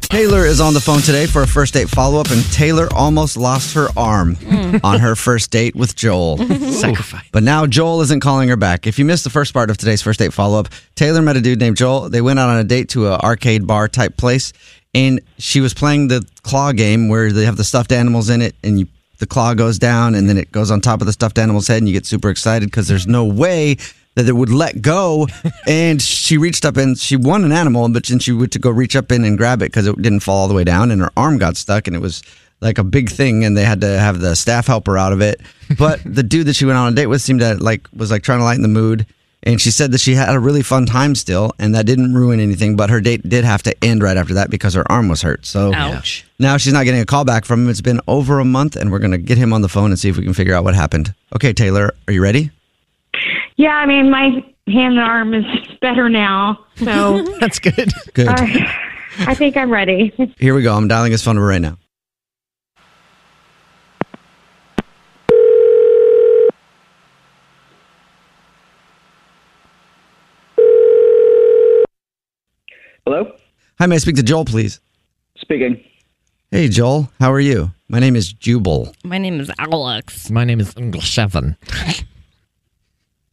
Speaker 1: Taylor is on the phone today for a first date follow up, and Taylor almost lost her arm
Speaker 8: Mm.
Speaker 1: on her first date with Joel.
Speaker 8: Sacrifice.
Speaker 1: But now Joel isn't calling her back. If you missed the first part of today's first date follow up, Taylor met a dude named Joel. They went out on a date to an arcade bar type place, and she was playing the claw game where they have the stuffed animals in it, and you, the claw goes down, and then it goes on top of the stuffed animal's head, and you get super excited because there's no way that it would let go. and she reached up and she won an animal, but then she went to go reach up in and grab it because it didn't fall all the way down, and her arm got stuck, and it was like a big thing and they had to have the staff help her out of it but the dude that she went on a date with seemed to like was like trying to lighten the mood and she said that she had a really fun time still and that didn't ruin anything but her date did have to end right after that because her arm was hurt so
Speaker 2: Ouch.
Speaker 1: now she's not getting a call back from him it's been over a month and we're going to get him on the phone and see if we can figure out what happened okay taylor are you ready
Speaker 10: Yeah, I mean, my hand and arm is better now. So
Speaker 3: that's good.
Speaker 1: Good.
Speaker 10: I, I think I'm ready.
Speaker 1: here we go i'm dialing his phone number right now Hello? Hi, may I speak to Joel, please?
Speaker 15: Speaking.
Speaker 1: Hey, Joel. How are you? My name is Jubal.
Speaker 2: My name is Alex.
Speaker 8: My name is English Seven.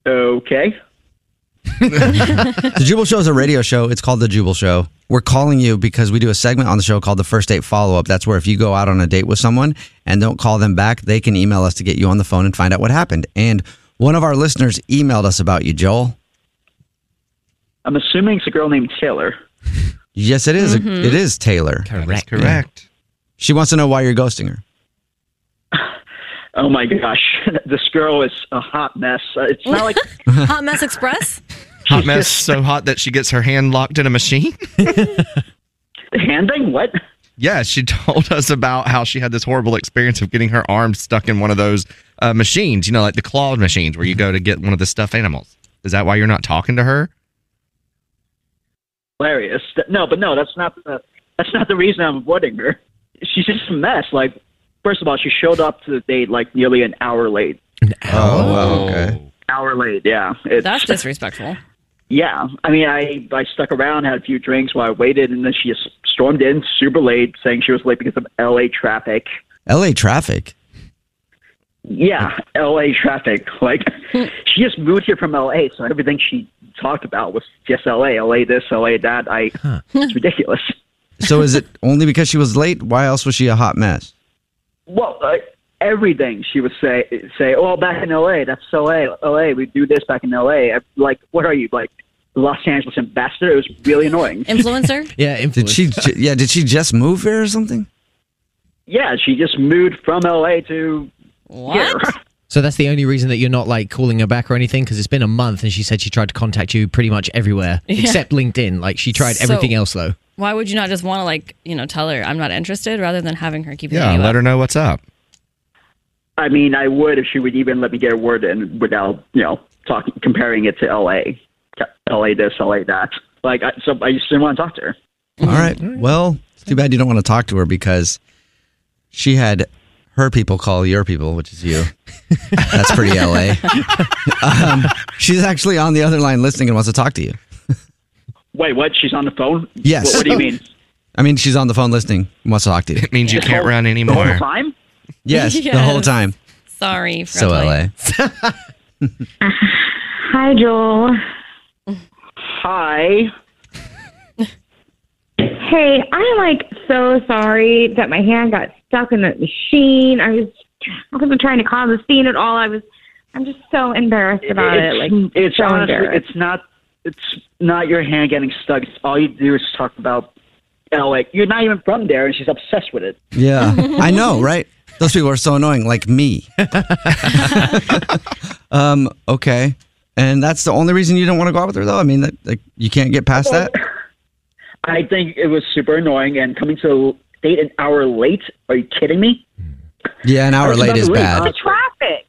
Speaker 15: Okay.
Speaker 1: the Jubal Show is a radio show. It's called The Jubal Show. We're calling you because we do a segment on the show called the First Date Follow Up. That's where if you go out on a date with someone and don't call them back, they can email us to get you on the phone and find out what happened. And one of our listeners emailed us about you, Joel.
Speaker 15: I'm assuming it's a girl named Taylor.
Speaker 1: Yes, it is.
Speaker 15: Mhm.
Speaker 1: It Mm-hmm. is Taylor. Correct. Correct. She wants to know why you're ghosting her.
Speaker 15: Oh my gosh, this girl is a hot mess. Uh, It's not like
Speaker 2: Hot Mess Express?
Speaker 4: Hot mess, so hot that she gets her hand locked in a machine.
Speaker 15: handing what?
Speaker 4: Yeah, she told us about how she had this horrible experience of getting her arm stuck in one of those uh, machines, you know, like the clawed machines where you go to get one of the stuffed animals. Is that why you're not talking to her?
Speaker 15: hilarious. Th- No, but no, that's not the that's not the reason I'm avoiding her. She's just a mess. Like, first of all, she showed up to the date like nearly an hour late.
Speaker 1: Oh, okay.
Speaker 15: Hour late, yeah. It's,
Speaker 2: That's disrespectful.
Speaker 15: Yeah, I mean, I I stuck around, had a few drinks while I waited, and then she just stormed in super late, saying she was late because of L.A. traffic.
Speaker 1: LA traffic.
Speaker 15: Yeah, L.A. traffic. Like, she just moved here from L.A., so everything she talked about was just L.A., L.A. this, L.A. that. I, it's ridiculous.
Speaker 1: So is it only because she was late? Why else was she a hot mess?
Speaker 15: Well, uh, everything she would say say, "Oh, back in L.A., that's L.A. L.A. We do this back in L.A." I- Like, what are you like, Los Angeles ambassador? It was really annoying.
Speaker 2: Influencer?
Speaker 1: Yeah, did she? ju- Yeah, did she just move here or something?
Speaker 15: yeah, she just moved from L.A. to here.
Speaker 8: So that's the only reason that you're not like calling her back or anything because it's been a month and she said she tried to contact you pretty much everywhere
Speaker 2: Yeah.
Speaker 8: except LinkedIn. Like she tried
Speaker 2: So-
Speaker 8: everything else though.
Speaker 2: Why would you not just want to, like, you know, tell her I'm not interested rather than having her keep hitting
Speaker 4: Yeah,
Speaker 2: you
Speaker 4: let
Speaker 2: up?
Speaker 4: her know what's up.
Speaker 15: I mean, I would if she would even let me get a word in without you know talking, comparing it to L.A. L.A. this, L.A. that. Like, I, so I just didn't want to talk to her.
Speaker 1: All
Speaker 4: Mm-hmm.
Speaker 1: right. Well, it's too bad you don't want to talk to her because she had her people call your people, which is you. That's pretty LA. um, she's actually on the other line listening and wants to talk to you.
Speaker 15: Wait, what? She's on the phone.
Speaker 1: Yes.
Speaker 15: What, what do you mean?
Speaker 1: I mean, she's on the phone listening and wants to talk to you. It
Speaker 4: means you can't run
Speaker 15: The whole time?
Speaker 1: Yes, the whole
Speaker 2: Yes.
Speaker 1: time.
Speaker 2: Sorry. for
Speaker 1: So LA.
Speaker 15: Hi, Joel. Hi.
Speaker 10: Hey, I'm like so sorry that my hand got stuck in that machine. I was I wasn't trying to cause a scene at all. I was I'm just so embarrassed about it.
Speaker 15: it's,
Speaker 10: Like
Speaker 15: it's
Speaker 10: so
Speaker 15: honestly,
Speaker 10: embarrassed.
Speaker 15: it's not, it's not your hand getting stuck. It's all you do is talk about LA. You're not even from there, and she's obsessed with it.
Speaker 1: Yeah, I know, right? Those people are so annoying, like me. um, okay, and that's the only reason you don't want to go out with her, though. I mean, that, like you can't get past that.
Speaker 15: I think it was super annoying, and coming to a date an hour late. Are you kidding me?
Speaker 1: Yeah, an
Speaker 15: I
Speaker 1: hour
Speaker 15: was
Speaker 1: late
Speaker 15: about
Speaker 1: is
Speaker 15: to leave.
Speaker 1: bad.
Speaker 10: Oh, the Uh, traffic.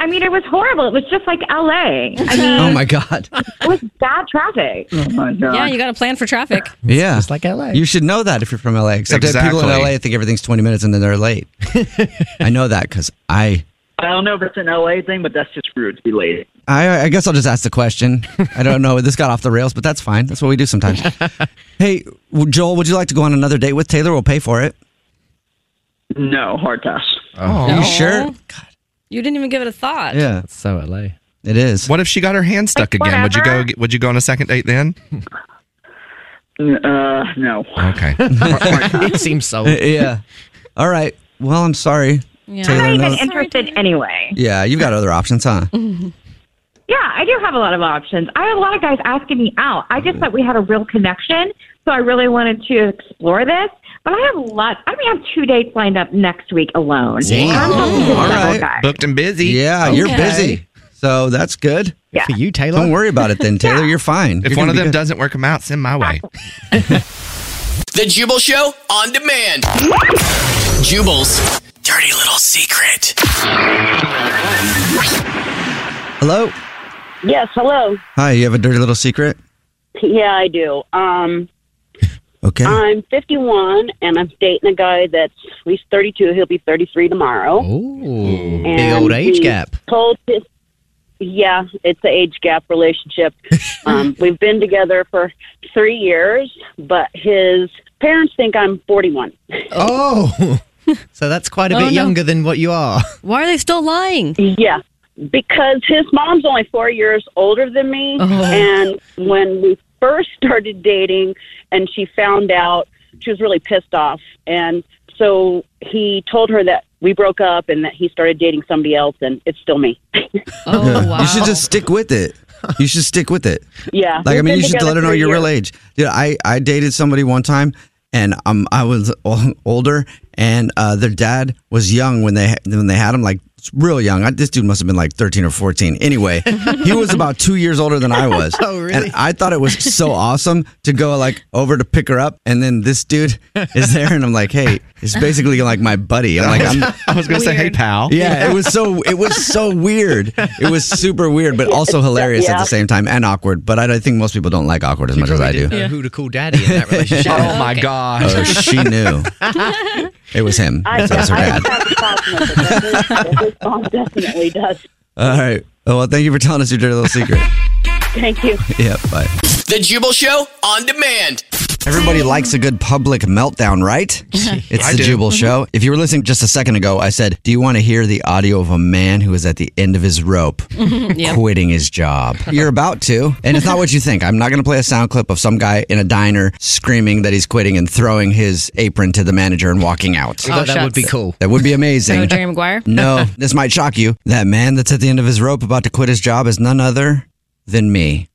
Speaker 10: I mean, it was horrible. It was just like LA. I mean,
Speaker 1: Oh my god.
Speaker 10: it was bad traffic.
Speaker 15: Oh
Speaker 2: Yeah, you got to plan for traffic.
Speaker 1: Yeah,
Speaker 8: it's like LA.
Speaker 1: You should know that if you're from LA. Except that people in
Speaker 15: Exactly.
Speaker 1: LA think everything's 20 minutes and then they're late. I know that because I,
Speaker 15: I don't know if it's an LA thing, but that's just rude to be late.
Speaker 1: I, I guess I'll just ask the question. I don't know. This got off the rails, but that's fine. That's what we do sometimes. hey, w- Joel, would you like to go on another date with Taylor? We'll pay for it.
Speaker 15: No, hard pass.
Speaker 1: Oh, You sure?
Speaker 2: You didn't even give it a thought.
Speaker 1: Yeah,
Speaker 8: it's so LA.
Speaker 1: It is.
Speaker 4: What if she got her hand stuck
Speaker 2: Like,
Speaker 4: again? Would you go?
Speaker 2: whatever.
Speaker 4: Would you go on a second date then?
Speaker 15: Uh, no.
Speaker 4: Okay.
Speaker 8: it seems
Speaker 4: Oh.
Speaker 8: so.
Speaker 1: Uh, yeah. All right. Well, I'm sorry.
Speaker 10: I'm
Speaker 1: Taylor,
Speaker 10: not
Speaker 1: no-
Speaker 10: even interested anyway.
Speaker 1: yeah, you've got other options, huh?
Speaker 10: Yeah, I do have a lot of options. I had a lot of guys asking me out. I
Speaker 1: Mm-hmm.
Speaker 10: just thought we had a real connection, so I really wanted to explore this. But I have lots. I mean, I have two dates lined up next week alone. I'm talking to
Speaker 1: Oh, All
Speaker 10: several
Speaker 1: right.
Speaker 10: guys.
Speaker 4: Booked and busy.
Speaker 1: Yeah, you're
Speaker 10: Okay.
Speaker 1: busy. So that's good.
Speaker 10: Yeah.
Speaker 8: For you, Taylor.
Speaker 1: Don't worry about it then, Taylor. You're fine.
Speaker 4: If
Speaker 1: You're
Speaker 4: one
Speaker 1: gonna
Speaker 4: of
Speaker 1: be
Speaker 4: them
Speaker 1: good.
Speaker 4: doesn't work them out, send my way.
Speaker 5: The Jubal Show on demand. Jubal's dirty little secret.
Speaker 1: Hello?
Speaker 13: Yes, hello.
Speaker 1: Hi, you have a dirty little secret?
Speaker 13: Yeah, I do. Um,
Speaker 1: Okay.
Speaker 13: I'm 51 and I'm dating a guy that's at least 32. He'll be 33 tomorrow.
Speaker 8: Oh,
Speaker 13: And
Speaker 8: big old age
Speaker 13: he
Speaker 8: gap.
Speaker 13: Told his, yeah, it's an age gap relationship. um, we've been together for three years, but his parents think I'm 41.
Speaker 3: Oh, so that's quite a
Speaker 13: Oh,
Speaker 3: bit
Speaker 13: no.
Speaker 3: younger than what you are.
Speaker 13: Why are they still lying? Yeah, because his mom's only four years older than me. And when we first started dating and she found out, she was really pissed off. And so he told her that we broke up and that he started dating somebody else, and it's still me.
Speaker 3: Oh,
Speaker 1: Yeah. You should just stick with it. You should stick with it.
Speaker 13: Yeah.
Speaker 1: Like I
Speaker 13: We've
Speaker 1: mean,
Speaker 13: been
Speaker 1: you should
Speaker 13: together
Speaker 1: let her know
Speaker 13: for
Speaker 1: your real
Speaker 13: years.
Speaker 1: age. Yeah, I I dated somebody one time, and um, I was o- older, and uh, their dad was young when they ha- when they had him, like real young. I, this dude must have been like thirteen or fourteen. Anyway, he was about two years older than I was.
Speaker 3: Oh, really?
Speaker 1: And I thought it was so awesome to go like over to pick her up, and then this dude is there, and I'm like, hey, it's basically like my buddy. I'm like, I'm,
Speaker 4: I was gonna say, hey, Weird. pal.
Speaker 1: Yeah, it was so it was so weird. It was super weird, but also hilarious at
Speaker 3: Yeah.
Speaker 1: the same time and awkward. But I don't think most people don't like awkward as much as I do.
Speaker 3: Didn't know who to call daddy in that relationship.
Speaker 1: Oh, my Okay.
Speaker 3: god!
Speaker 1: Oh, she knew. It was him.
Speaker 13: I,
Speaker 1: so it was her
Speaker 13: I
Speaker 1: dad.
Speaker 13: have a problem with it. That his- that his mom definitely does.
Speaker 1: All right. Oh, well, thank you for telling us your dirty little secret.
Speaker 13: Thank you.
Speaker 1: yeah, bye.
Speaker 5: The Jubal Show on demand.
Speaker 1: Everybody likes a good public meltdown, right? It's
Speaker 5: I
Speaker 1: the
Speaker 5: do.
Speaker 1: Jubal Show. If you were listening just a second ago, I said, Do you want to hear the audio of a man who is at the end of his rope?
Speaker 16: Yep.
Speaker 1: quitting his job. You're about to, and it's not what you think. I'm not going to play a sound clip of some guy in a diner screaming that he's quitting and throwing his apron to the manager and walking out.
Speaker 8: Oh, that would be shucks. cool.
Speaker 1: That would be amazing.
Speaker 2: So Jerry Maguire?
Speaker 1: no, this might shock you. That man that's at the end of his rope about to quit his job is none other than me.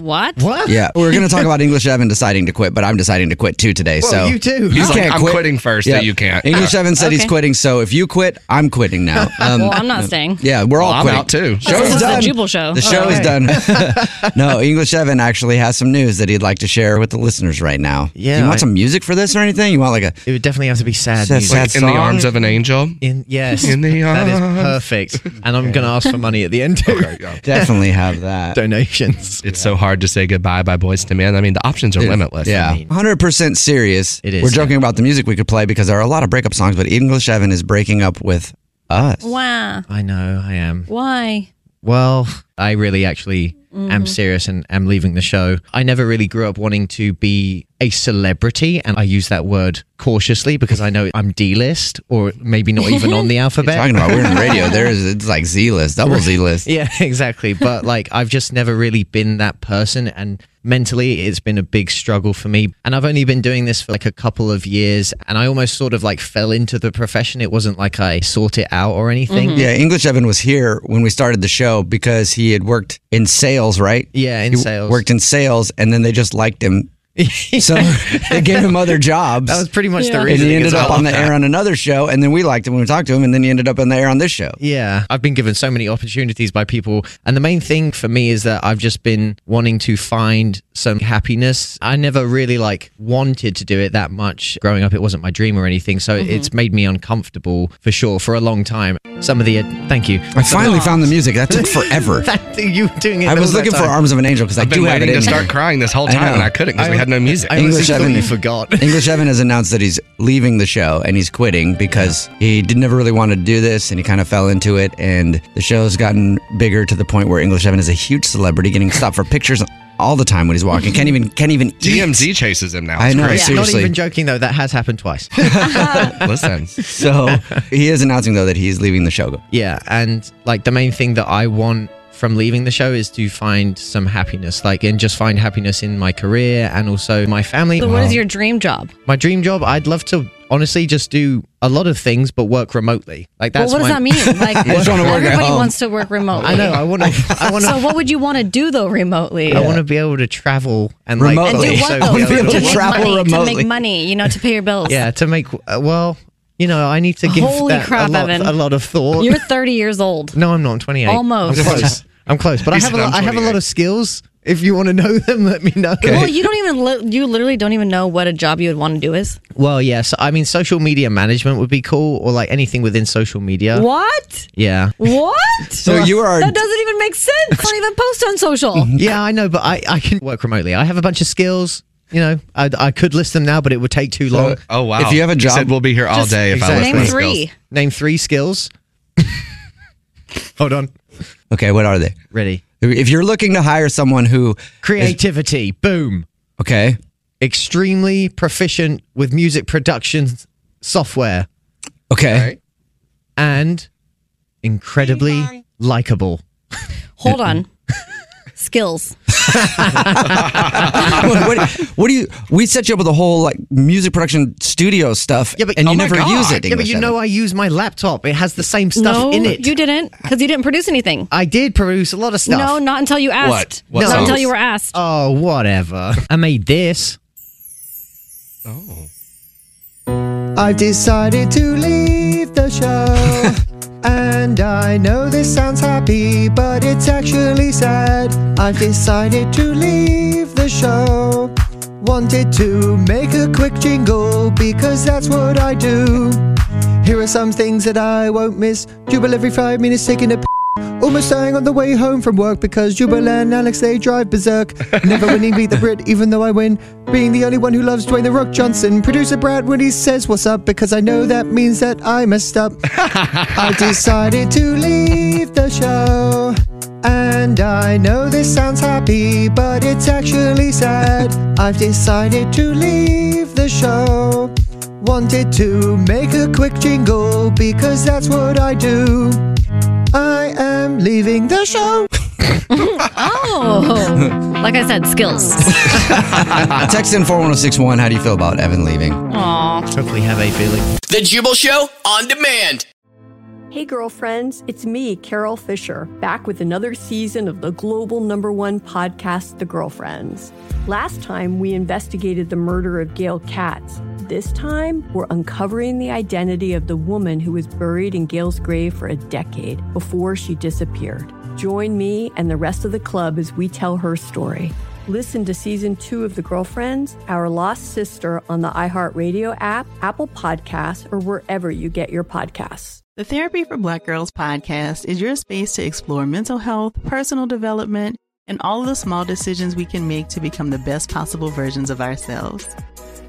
Speaker 2: What? What?
Speaker 1: Yeah, we're going to talk about English Evan deciding to quit, but I'm deciding to quit too today.
Speaker 4: Well,
Speaker 1: so
Speaker 4: you too. He's like, "I'm quitting first, so you can't."
Speaker 1: English
Speaker 4: Yeah.
Speaker 1: Evan said he's
Speaker 2: Okay.
Speaker 1: quitting, so if you quit, I'm quitting now.
Speaker 2: Well, I'm not
Speaker 1: no.
Speaker 2: staying.
Speaker 1: Yeah, we're all
Speaker 4: Well, I'm
Speaker 1: quitting
Speaker 4: out too.
Speaker 2: This
Speaker 1: Show's
Speaker 2: is
Speaker 1: done.
Speaker 2: the Jubal Show.
Speaker 1: The show is
Speaker 2: Okay.
Speaker 1: done. no, English Evan actually has some news that he'd like to share with the listeners right now.
Speaker 3: Yeah,
Speaker 1: Do you want
Speaker 3: I-
Speaker 1: some music for this or anything? You want like a?
Speaker 3: It would definitely have to be sad.
Speaker 1: Sad-
Speaker 3: music.
Speaker 1: sad Like, In the song? Arms
Speaker 4: of an Angel.
Speaker 3: In yes,
Speaker 4: In the
Speaker 3: that is
Speaker 4: arms.
Speaker 3: perfect. And I'm going to ask for money at the end too.
Speaker 1: Definitely have that.
Speaker 3: Donations.
Speaker 4: It's so hard to say goodbye by boys to men. I mean, the options are limitless.
Speaker 1: Yeah, hundred percent serious. It is. We're joking about the music we could play because there are a lot of breakup songs, but English Evan is breaking up with us.
Speaker 2: Wow.
Speaker 3: I know. I am.
Speaker 2: Why?
Speaker 3: Well, I really actually am
Speaker 1: Mm.
Speaker 2: Mhm.
Speaker 3: serious and am leaving the show. I never really grew up wanting to be a celebrity, and I use that word cautiously because I know I'm D list or maybe not even on the alphabet.
Speaker 1: Talking about we're in radio, there is it's like Z list, double Z list.
Speaker 3: Yeah, exactly. But like, I've just never really been that person. And mentally, it's been a big struggle for me. And I've only been doing this for like a couple of years. And I almost sort of like fell into the profession. It wasn't like I sought it out or anything.
Speaker 1: Mm-hmm. Yeah, English Evan was here when we started the show because he had worked in sales, right?
Speaker 3: Yeah, in
Speaker 1: He
Speaker 3: sales.
Speaker 1: Worked in sales, and then they just liked him. so they gave him other jobs.
Speaker 3: That was pretty much the
Speaker 1: And
Speaker 3: reasoning
Speaker 1: he
Speaker 3: is
Speaker 1: ended
Speaker 3: I
Speaker 1: up on
Speaker 3: love
Speaker 1: the air
Speaker 3: that.
Speaker 1: on another show, and then we liked him when we talked to him, and then he ended up on the air on this show.
Speaker 3: Yeah, I've been given so many opportunities by people. And the main thing for me is that I've just been wanting to find some happiness. I never really like wanted to do it that much growing up. It wasn't my dream or anything. So it's made me uncomfortable for sure for a long time. Some of the, uh, thank you.
Speaker 1: I finally found the music. That took forever.
Speaker 3: That, you were doing it.
Speaker 1: I
Speaker 3: all
Speaker 1: was
Speaker 3: that
Speaker 1: looking for
Speaker 3: time.
Speaker 1: Arms of an Angel because I
Speaker 4: I've been
Speaker 1: do have it
Speaker 4: waiting
Speaker 1: in
Speaker 4: to
Speaker 1: me.
Speaker 4: start crying this whole time,
Speaker 1: know.
Speaker 4: and I couldn't 'cause we had no music. I
Speaker 1: English
Speaker 4: honestly
Speaker 1: Evan
Speaker 4: thought you
Speaker 3: forgot.
Speaker 1: English Evan has announced that he's leaving the show and he's quitting because he did never really want to do this and he kind of fell into it. And the show's gotten bigger to the point where English Evan is a huge celebrity, getting stopped for pictures all the time when he's walking. Can't even can't even eat.
Speaker 4: DMZ chases him now.
Speaker 1: I
Speaker 4: It's
Speaker 1: know,
Speaker 4: crazy.
Speaker 3: Not
Speaker 1: seriously.
Speaker 3: even joking though, that has happened twice.
Speaker 4: Listen.
Speaker 1: So he is announcing though that he's leaving the show.
Speaker 3: Yeah, and like the main thing that I want from leaving the show is to find some happiness, like and just find happiness in my career and also my family.
Speaker 2: So what is your dream job?
Speaker 3: my dream job? I'd love to honestly just do a lot of things, but work remotely. Like
Speaker 2: Well,
Speaker 3: that's
Speaker 2: what does
Speaker 3: my-
Speaker 2: that mean? Like
Speaker 3: I just wanna work at
Speaker 2: everybody
Speaker 3: home.
Speaker 2: wants to work remotely.
Speaker 3: I know. I want to. I want
Speaker 2: So
Speaker 3: to.
Speaker 2: what would you want to do though remotely?
Speaker 3: I want to be able to travel and like
Speaker 2: And do
Speaker 3: also
Speaker 2: what though?
Speaker 3: be able
Speaker 2: make
Speaker 3: to work.
Speaker 2: money, To make money, you know, to pay your bills.
Speaker 3: Yeah, to make uh, well, you know, I need to give
Speaker 2: Holy
Speaker 3: that
Speaker 2: crap,
Speaker 3: a, lot,
Speaker 2: Evan.
Speaker 3: a lot of thought.
Speaker 2: You're 30 years old.
Speaker 3: No, I'm not. I'm 28.
Speaker 2: Almost.
Speaker 3: I'm close. I'm close, but I
Speaker 2: He
Speaker 3: have a
Speaker 2: said,
Speaker 3: lot,
Speaker 2: "I'm
Speaker 3: I have a lot of skills. If you want to know them, let me know.
Speaker 2: Well, you don't even li- you literally don't even know what a job you would want to do is.
Speaker 3: Well, yes. I mean, social media management would be cool, or like anything within social media.
Speaker 2: What?
Speaker 3: Yeah.
Speaker 2: What?
Speaker 3: So you are-
Speaker 2: That doesn't even make sense. Don't even post on social.
Speaker 3: Yeah, I know, but I, I can work remotely. I have a bunch of skills. You know, I, I could list them now, but it would take too long.
Speaker 4: oh, wow. If you have a He job- said we'll be here all Just- day if I list Name my skills. three.
Speaker 3: Name three skills. Hold on.
Speaker 1: Okay, what are they?
Speaker 3: Ready.
Speaker 1: If you're looking to hire someone who
Speaker 3: creativity, boom.
Speaker 1: Okay.
Speaker 3: Extremely proficient with music production s- software.
Speaker 1: Okay.
Speaker 3: And incredibly likable.
Speaker 2: Hold on. Skills.
Speaker 1: what, what- what do you? We set you up with a whole like music production studio stuff, yeah, but, and you never use it.
Speaker 3: oh Yeah, but
Speaker 1: English
Speaker 3: you
Speaker 1: Evan.
Speaker 3: know I use my laptop. It has the same stuff
Speaker 2: no,
Speaker 3: in it.
Speaker 2: you didn't because you didn't produce anything.
Speaker 3: I did produce a lot of stuff.
Speaker 2: No, not until you asked.
Speaker 3: What?
Speaker 2: Not
Speaker 3: What
Speaker 2: until
Speaker 3: songs?
Speaker 2: you were asked.
Speaker 3: Oh, whatever. I made this.
Speaker 4: Oh.
Speaker 17: I've decided to leave the show. and I know this sounds happy, but it's actually sad. I've decided to leave the show. Wanted to make a quick jingle because that's what I do. Here are some things that I won't miss. Jubal every five minutes taking a p- Almost dying on the way home from work because Jubal and Alex they drive berserk. Never winning beat the Brit, even though I win. Being the only one who loves Dwayne the Rock Johnson. Producer Brad Woody says what's up because I know that means that I messed up. I decided to leave the show. And I know this sounds happy, but it's actually sad. I've decided to leave the show. Wanted to make a quick jingle because that's what I do. I am leaving the show.
Speaker 2: Oh, like I said, skills.
Speaker 1: Text in 41061. How do you feel about Evan leaving?
Speaker 2: Aw.
Speaker 3: Hopefully, have a feeling.
Speaker 5: The Jubal Show on demand.
Speaker 16: Hey, girlfriends, it's me, Carol Fisher, back with another season of the global number one podcast, The Girlfriends. Last time, we investigated the murder of Gail Katz. This time, we're uncovering the identity of the woman who was buried in Gail's grave for a decade before she disappeared. Join me and the rest of the club as we tell her story. Listen to season two of The Girlfriends, Our Lost Sister on the iHeartRadio app, Apple Podcasts, or wherever you get your podcasts.
Speaker 18: The Therapy for Black Girls podcast is your space to explore mental health, personal development, and all of the small decisions we can make to become the best possible versions of ourselves.